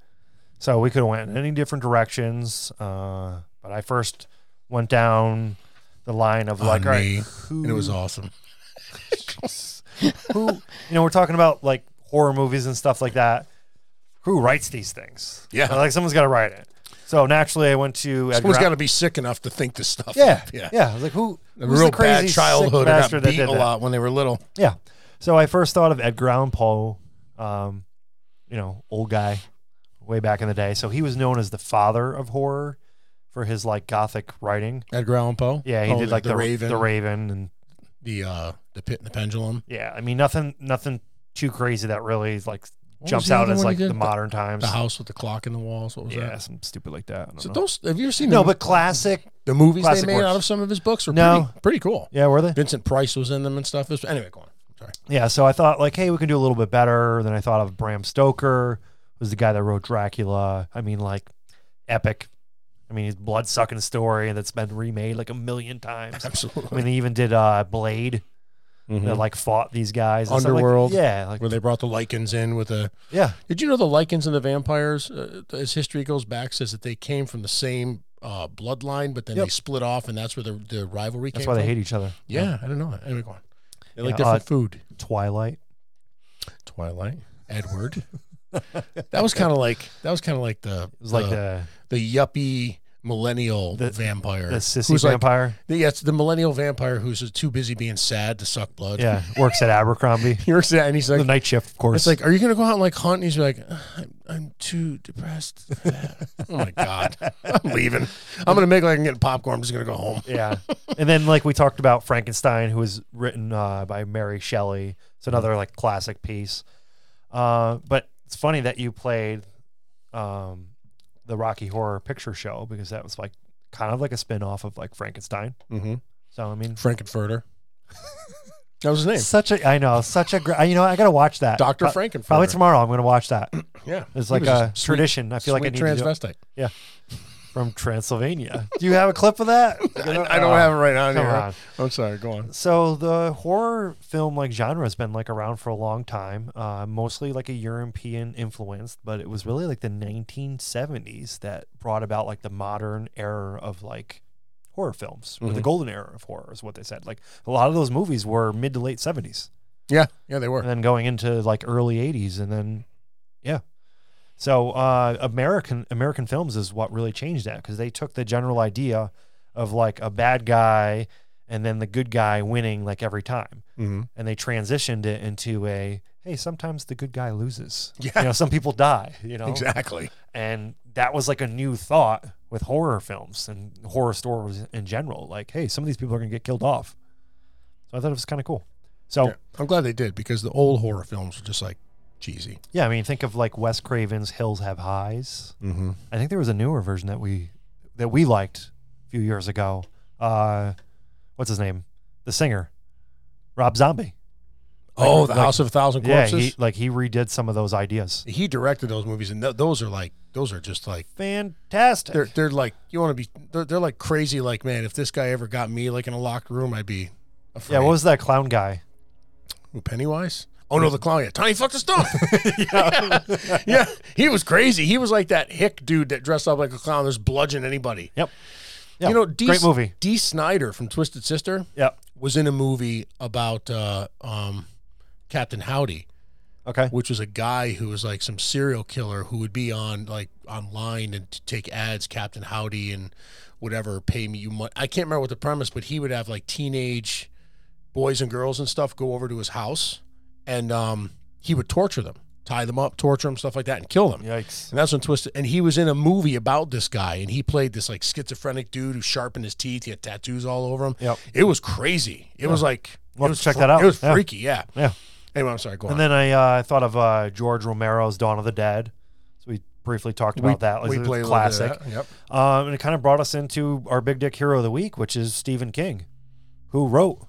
Speaker 1: So we could have went in any different directions, uh, but I first went down the line of like,
Speaker 2: On
Speaker 1: all right,
Speaker 2: me,
Speaker 1: who,
Speaker 2: And it was awesome.
Speaker 1: who, you know, we're talking about like horror movies and stuff like that. Who writes these things?
Speaker 2: Yeah.
Speaker 1: like someone's got to write it. So naturally, I went to Edgar
Speaker 2: Someone's
Speaker 1: Al-
Speaker 2: got to be sick enough to think this stuff.
Speaker 1: yeah,
Speaker 2: up.
Speaker 1: yeah,
Speaker 2: yeah.
Speaker 1: yeah. I was like, who?
Speaker 2: A
Speaker 1: who's
Speaker 2: real
Speaker 1: the crazy
Speaker 2: bad childhood
Speaker 1: sick
Speaker 2: and got
Speaker 1: bastard that
Speaker 2: beat
Speaker 1: did
Speaker 2: a
Speaker 1: that?
Speaker 2: lot when they were little.
Speaker 1: Yeah. So I first thought of Edgar Allan Poe, um, you know, old guy way back in the day. So he was known as the father of horror for his like gothic writing.
Speaker 2: Edgar Allan Poe.
Speaker 1: Yeah, he
Speaker 2: Oh,
Speaker 1: did like the,
Speaker 2: Raven,
Speaker 1: the Raven and
Speaker 2: the uh, the Pit and the Pendulum,
Speaker 1: yeah, I mean nothing nothing too crazy that really like
Speaker 2: was
Speaker 1: jumps
Speaker 2: the
Speaker 1: out
Speaker 2: other
Speaker 1: as
Speaker 2: one
Speaker 1: like
Speaker 2: he did?
Speaker 1: the modern times.
Speaker 2: the House with the Clock in the Walls. What was
Speaker 1: yeah,
Speaker 2: that?
Speaker 1: some stupid like that. I don't
Speaker 2: So
Speaker 1: know.
Speaker 2: those have you ever seen
Speaker 1: no,
Speaker 2: the,
Speaker 1: but classic.
Speaker 2: the movies they
Speaker 1: classic
Speaker 2: made
Speaker 1: works.
Speaker 2: out of some of his books were
Speaker 1: No.
Speaker 2: pretty, pretty cool.
Speaker 1: Yeah, were they?
Speaker 2: Vincent Price was in them and stuff. It was- anyway, go on. I'm sorry.
Speaker 1: Yeah, so I thought like, hey, we can do a little bit better. Then I thought of Bram Stoker, who's the guy that wrote Dracula. I mean, like, epic. I mean, his blood sucking story that's been remade like a million times.
Speaker 2: Absolutely.
Speaker 1: I mean, they even did uh, Blade. that like fought these guys. and stuff like-
Speaker 2: Underworld.
Speaker 1: yeah, like
Speaker 2: where they brought the lichens in with a.
Speaker 1: yeah.
Speaker 2: Did you know the lichens and the vampires, uh, as history goes back, says that they came from the same uh, bloodline, but then they
Speaker 1: Yep.
Speaker 2: split off, and that's where the, the rivalry
Speaker 1: That's
Speaker 2: came
Speaker 1: why they
Speaker 2: from?
Speaker 1: hate each other.
Speaker 2: Yeah, I don't know that. Anyway, go on. They like
Speaker 1: Yeah,
Speaker 2: different
Speaker 1: uh,
Speaker 2: food.
Speaker 1: Twilight.
Speaker 2: Twilight, Edward. that was kind of like that was kind of like the
Speaker 1: It was like
Speaker 2: the,
Speaker 1: the
Speaker 2: the yuppie millennial
Speaker 1: The-
Speaker 2: vampire.
Speaker 1: the sissy
Speaker 2: who's like-
Speaker 1: vampire.
Speaker 2: the- yeah, it's the millennial vampire who's just too busy being sad to suck blood.
Speaker 1: yeah, works at Abercrombie.
Speaker 2: he works that, and he's
Speaker 1: the
Speaker 2: like,
Speaker 1: night shift, of course.
Speaker 2: it's like, are you gonna go out and like hunt? And he's like, "Ugh, I'm, I'm too depressed. for that." oh my god, I'm leaving. I'm gonna make like I'm getting popcorn. I'm just gonna go home.
Speaker 1: yeah. And then like we talked about Frankenstein, who was written uh, by Mary Shelley. It's another like classic piece. Uh, but it's funny that you played um, the Rocky Horror Picture Show because that was like kind of like a spin off of like Frankenstein.
Speaker 2: Mm-hmm.
Speaker 1: So I mean,
Speaker 2: Frankenfurter. that was his name,
Speaker 1: such a I know such a gr- I- you know I gotta watch that
Speaker 2: Doctor
Speaker 1: Pro-
Speaker 2: Frankenfurter.
Speaker 1: Probably tomorrow I'm gonna watch that.
Speaker 2: Yeah,
Speaker 1: oh, It's
Speaker 2: He
Speaker 1: like
Speaker 2: was just
Speaker 1: a
Speaker 2: sweet-
Speaker 1: tradition. I feel like I
Speaker 2: sweet
Speaker 1: need to do it.
Speaker 2: transvestite.
Speaker 1: from Transylvania. do you have a clip of that?
Speaker 2: I don't have it right now.
Speaker 1: Come
Speaker 2: here.
Speaker 1: on.
Speaker 2: I'm sorry. Go on.
Speaker 1: So the horror film like genre has been like around for a long time, uh, mostly like a European influence, but it was really like the 1970s that brought about like the modern era of like horror films, or the
Speaker 2: Mhm.
Speaker 1: golden era of horror is what they said. Like a lot of those movies were mid to late 70s,
Speaker 2: Yeah, yeah, they were.
Speaker 1: and then going into like early 80s, and then yeah. So uh, American American films is what really changed that because they took the general idea of like a bad guy and then the good guy winning like every time
Speaker 2: Mm-hmm.
Speaker 1: and they transitioned it into a hey sometimes the good guy loses
Speaker 2: Yeah.
Speaker 1: you know some people die you know
Speaker 2: Exactly.
Speaker 1: and that was like a new thought with horror films and horror stories in general like hey some of these people are going to get killed off so i thought it was kind of cool so
Speaker 2: Yeah. I'm glad they did because the old horror films were just like cheesy.
Speaker 1: yeah i mean think of like wes craven's hills have highs
Speaker 2: Mm-hmm.
Speaker 1: i think there was a newer version that we that we liked a few years ago uh what's his name the singer rob zombie
Speaker 2: Oh,
Speaker 1: Like-
Speaker 2: the
Speaker 1: like-
Speaker 2: House of a Thousand
Speaker 1: yeah he
Speaker 2: Corpses.
Speaker 1: like he redid some of those ideas
Speaker 2: he, directed those movies, and th- those are like those are just like
Speaker 1: fantastic
Speaker 2: they're they're like you want to be they're, they're like crazy. Like man, if this guy ever got me like in a locked room, I'd be afraid.
Speaker 1: Yeah, what was that clown guy?
Speaker 2: Ooh, Pennywise? Oh no, the clown. Yeah, Tiny fucked the stump. yeah. yeah, he was crazy. He was like that hick dude that dressed up like a clown, just bludgeon anybody.
Speaker 1: Yep. Yeah,
Speaker 2: You know, D,
Speaker 1: great movie.
Speaker 2: D. Snyder from Twisted Sister
Speaker 1: Yep.
Speaker 2: was in a movie about uh, um, Captain Howdy,
Speaker 1: Okay.
Speaker 2: which was a guy who was like some serial killer who would be on like online and to take ads, Captain Howdy and whatever, pay me you money. I can't remember what the premise, but he would have like teenage boys and girls and stuff go over to his house and um, he would torture them, tie them up, torture them, stuff like that, and kill them.
Speaker 1: Yikes.
Speaker 2: And that's when Twisted. And he was in a movie about this guy, and he played this like schizophrenic dude who sharpened his teeth. He had tattoos all over him.
Speaker 1: Yep.
Speaker 2: It was crazy. It was like
Speaker 1: We'll
Speaker 2: it
Speaker 1: have
Speaker 2: was
Speaker 1: to check that out.
Speaker 2: It was
Speaker 1: Yeah.
Speaker 2: freaky. Yeah.
Speaker 1: Yeah.
Speaker 2: Anyway, I'm sorry. Go
Speaker 1: And
Speaker 2: on.
Speaker 1: then I uh, I thought of uh, George Romero's Dawn of the Dead. So we briefly talked about that. Like, it's a
Speaker 2: a little bit of
Speaker 1: classic.
Speaker 2: that. Yep.
Speaker 1: Um, and it kind of brought us into our big dick hero of the week, which is Stephen King, who wrote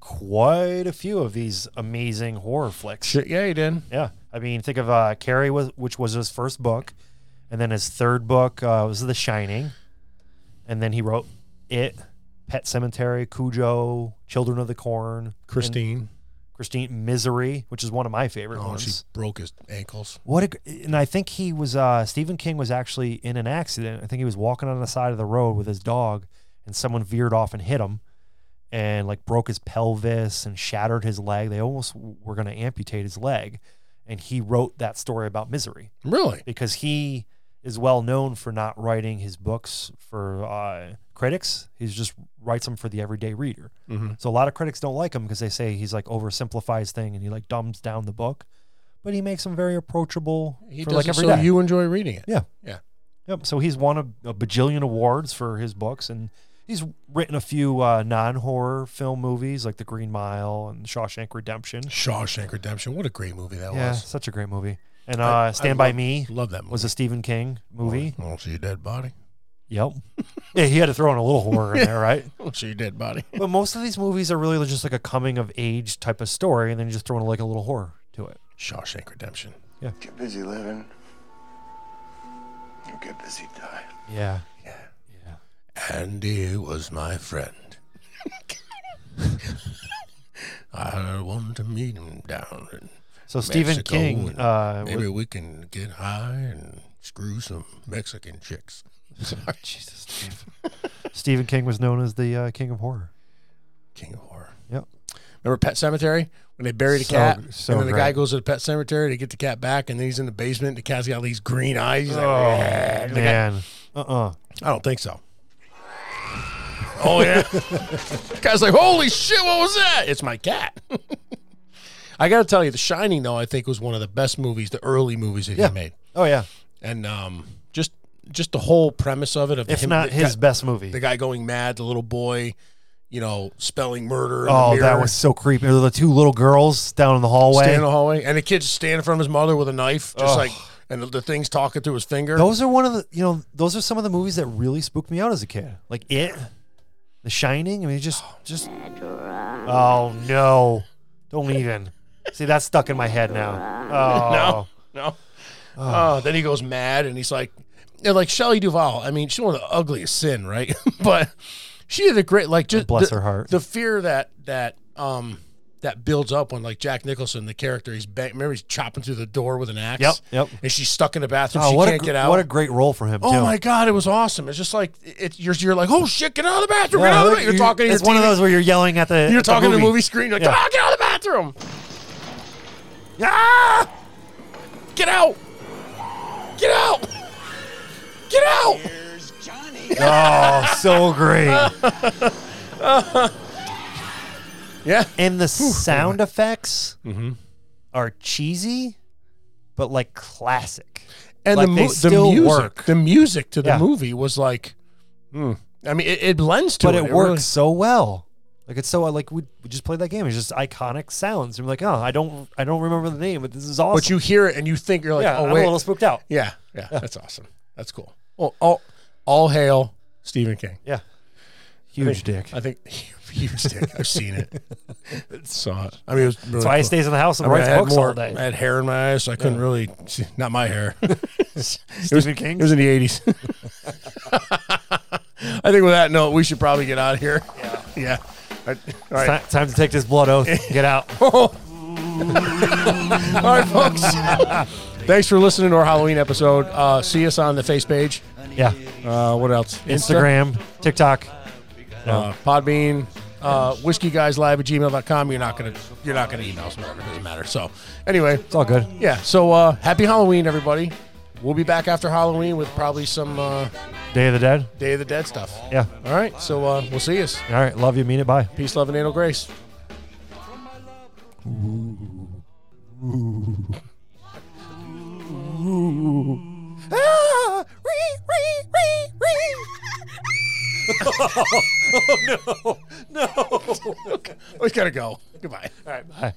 Speaker 1: quite a few of these amazing horror flicks.
Speaker 2: Shit. Yeah, he did.
Speaker 1: Yeah. I mean, think of uh, Carrie, was, which was his first book, and then his third book uh, was The Shining, and then he wrote It, Pet Cemetery, Cujo, Children of the Corn, and-
Speaker 2: Christine.
Speaker 1: Christine Misery, which is one of my favorite
Speaker 2: Oh,
Speaker 1: ones.
Speaker 2: she broke his ankles.
Speaker 1: What a, gr- and I think he was uh, Stephen King was actually in an accident. I think he was walking on the side of the road with his dog, and someone veered off and hit him, and like broke his pelvis and shattered his leg. They almost w- were going to amputate his leg, and he wrote that story about misery
Speaker 2: Really?
Speaker 1: because he is well known for not writing his books for uh, critics. He just writes them for the everyday reader.
Speaker 2: Mhm.
Speaker 1: So a lot of critics don't like him because they say he's like oversimplifies thing and he like dumbs down the book, but he makes them very approachable
Speaker 2: He
Speaker 1: for
Speaker 2: does
Speaker 1: like
Speaker 2: it
Speaker 1: every
Speaker 2: so
Speaker 1: day.
Speaker 2: you enjoy reading it.
Speaker 1: yeah,
Speaker 2: Yeah.
Speaker 1: yep. So he's won a, a bajillion awards for his books and. He's written a few uh, non-horror film movies like The Green Mile and Shawshank Redemption.
Speaker 2: Shawshank Redemption. What a great movie that
Speaker 1: Yeah,
Speaker 2: was.
Speaker 1: such a great movie. And uh,
Speaker 2: I- I
Speaker 1: Stand by
Speaker 2: love-
Speaker 1: Me
Speaker 2: Love that movie.
Speaker 1: was a Stephen King movie.
Speaker 2: I don't see your dead body.
Speaker 1: Yep. yeah, he had to throw in a little horror in there, right?
Speaker 2: I don't see your Oh, dead body.
Speaker 1: But most of these movies are really just like a coming of age type of story, and then you just throw in like a little horror to it.
Speaker 2: Shawshank Redemption.
Speaker 6: Get busy living. You get busy dying.
Speaker 1: Yeah.
Speaker 2: Andy was my friend. I want to meet him down in
Speaker 1: So Stephen
Speaker 2: Mexico,
Speaker 1: King
Speaker 2: and
Speaker 1: uh,
Speaker 2: maybe we can get high and screw some Mexican chicks. Sorry, Jesus.
Speaker 1: Stephen King was known as the uh, king of horror.
Speaker 2: King of horror.
Speaker 1: Yep.
Speaker 2: Remember Pet Cemetery when they buried a
Speaker 1: So-
Speaker 2: cat,
Speaker 1: so
Speaker 2: and then the guy
Speaker 1: great.
Speaker 2: goes to the pet cemetery to get the cat back, and then he's in the basement. The cat's got these green eyes. He's like,
Speaker 1: Oh.
Speaker 2: "Yeah." The guy-
Speaker 1: Man, uh, uh
Speaker 2: I don't think so. Oh yeah. the guy's like, holy shit, what was that? It's my cat. I gotta tell you, The Shining though, I think was one of the best movies, the early movies that
Speaker 1: Yeah.
Speaker 2: he made.
Speaker 1: oh yeah.
Speaker 2: And um, just just the whole premise of it of
Speaker 1: If
Speaker 2: him,
Speaker 1: not
Speaker 2: the
Speaker 1: his
Speaker 2: guy,
Speaker 1: best movie.
Speaker 2: the guy going mad, the little boy, you know, spelling murder. in
Speaker 1: Oh,
Speaker 2: the
Speaker 1: that
Speaker 2: mirror,
Speaker 1: was so creepy. The two little girls down in the hallway.
Speaker 2: standing in the hallway, and the kid's standing from his mother with a knife, just like, and the, the thing's talking through his finger.
Speaker 1: Those are one of the you know those are some of the movies that really spooked me out as a kid. Like it, The Shining. I mean, just just. Oh no! Don't even. See, that's stuck in my head now. Oh
Speaker 2: No, no. Oh. then he goes mad, and he's like, and like Shelley Duvall. I mean, she's one of the ugliest sin, right? but she did a great, like, just
Speaker 1: Bless
Speaker 2: the,
Speaker 1: her heart.
Speaker 2: The fear that that um that builds up when like Jack Nicholson, the character, he's bang, remember he's chopping through the door with an axe.
Speaker 1: Yep, yep.
Speaker 2: And she's stuck in the bathroom.
Speaker 1: Oh,
Speaker 2: she
Speaker 1: what
Speaker 2: can't
Speaker 1: a gr-
Speaker 2: get out.
Speaker 1: what a great role for him.
Speaker 2: Oh
Speaker 1: too.
Speaker 2: my god, it was awesome. It's just like it, you're, you're like, oh shit, get out of the bathroom, get
Speaker 1: Yeah,
Speaker 2: out of the
Speaker 1: look,
Speaker 2: bathroom. You're
Speaker 1: you-
Speaker 2: talking to
Speaker 1: It's
Speaker 2: your
Speaker 1: one of
Speaker 2: TV
Speaker 1: those where you're yelling at the.
Speaker 2: you're
Speaker 1: at
Speaker 2: talking
Speaker 1: the
Speaker 2: to the movie screen. You're like,
Speaker 1: Yeah.
Speaker 2: "Ah, get out of the bathroom. Ah! Get out. Get out. Get out.
Speaker 1: Oh, so great.
Speaker 2: Yeah.
Speaker 1: And the sound effects
Speaker 2: Mm-hmm.
Speaker 1: are cheesy, but like classic.
Speaker 2: And
Speaker 1: Like,
Speaker 2: the,
Speaker 1: they
Speaker 2: mu- the
Speaker 1: still
Speaker 2: music,
Speaker 1: work.
Speaker 2: the music to the
Speaker 1: Yeah.
Speaker 2: movie was like, hmm. I mean, it, it blends to
Speaker 1: but
Speaker 2: it.
Speaker 1: it,
Speaker 2: It
Speaker 1: works
Speaker 2: really-
Speaker 1: so well. Like it's so uh, like we, we just played that game. It's just iconic sounds. I'm like, oh, I don't I don't remember the name, but this is awesome.
Speaker 2: but you hear it and you think you're like,
Speaker 1: yeah,
Speaker 2: oh
Speaker 1: I'm
Speaker 2: wait,
Speaker 1: a little spooked out.
Speaker 2: yeah, yeah, that's awesome. That's cool. Well, all, all hail Stephen King.
Speaker 1: Yeah, huge dick.
Speaker 2: I think huge dick. I've seen it. Saw it. I mean, it was really
Speaker 1: That's why he
Speaker 2: cool.
Speaker 1: stays in the house and
Speaker 2: I mean, I
Speaker 1: writes
Speaker 2: had
Speaker 1: books
Speaker 2: more,
Speaker 1: all day.
Speaker 2: I had hair in my eyes, so I couldn't really. See, not my hair. it was
Speaker 1: Stephen King.
Speaker 2: It was in the eighties. I think with that note, we should probably get out of here. Yeah. Yeah. All right. All right.
Speaker 1: Ti- time to take this blood oath. Get out.
Speaker 2: Oh. All right, folks. Thanks for listening to our Halloween episode. Uh, see us on the face page.
Speaker 1: Yeah,
Speaker 2: Uh, what else?
Speaker 1: Instagram, TikTok.
Speaker 2: uh, Podbean, uh, whiskeyguyslive at gmail.com. You're not gonna you're not gonna email us, whatever, it doesn't matter. So anyway.
Speaker 1: It's all good.
Speaker 2: Yeah, so uh, happy Halloween, everybody. We'll be back after Halloween with probably some uh,
Speaker 1: Day of the Dead.
Speaker 2: Day of the Dead stuff.
Speaker 1: Yeah.
Speaker 2: All right, so uh, we'll see us.
Speaker 1: All right. Love you. Mean it. Bye.
Speaker 2: Peace, love, and anal grace. Oh, oh, no. No. we got to go. Goodbye. All right, bye.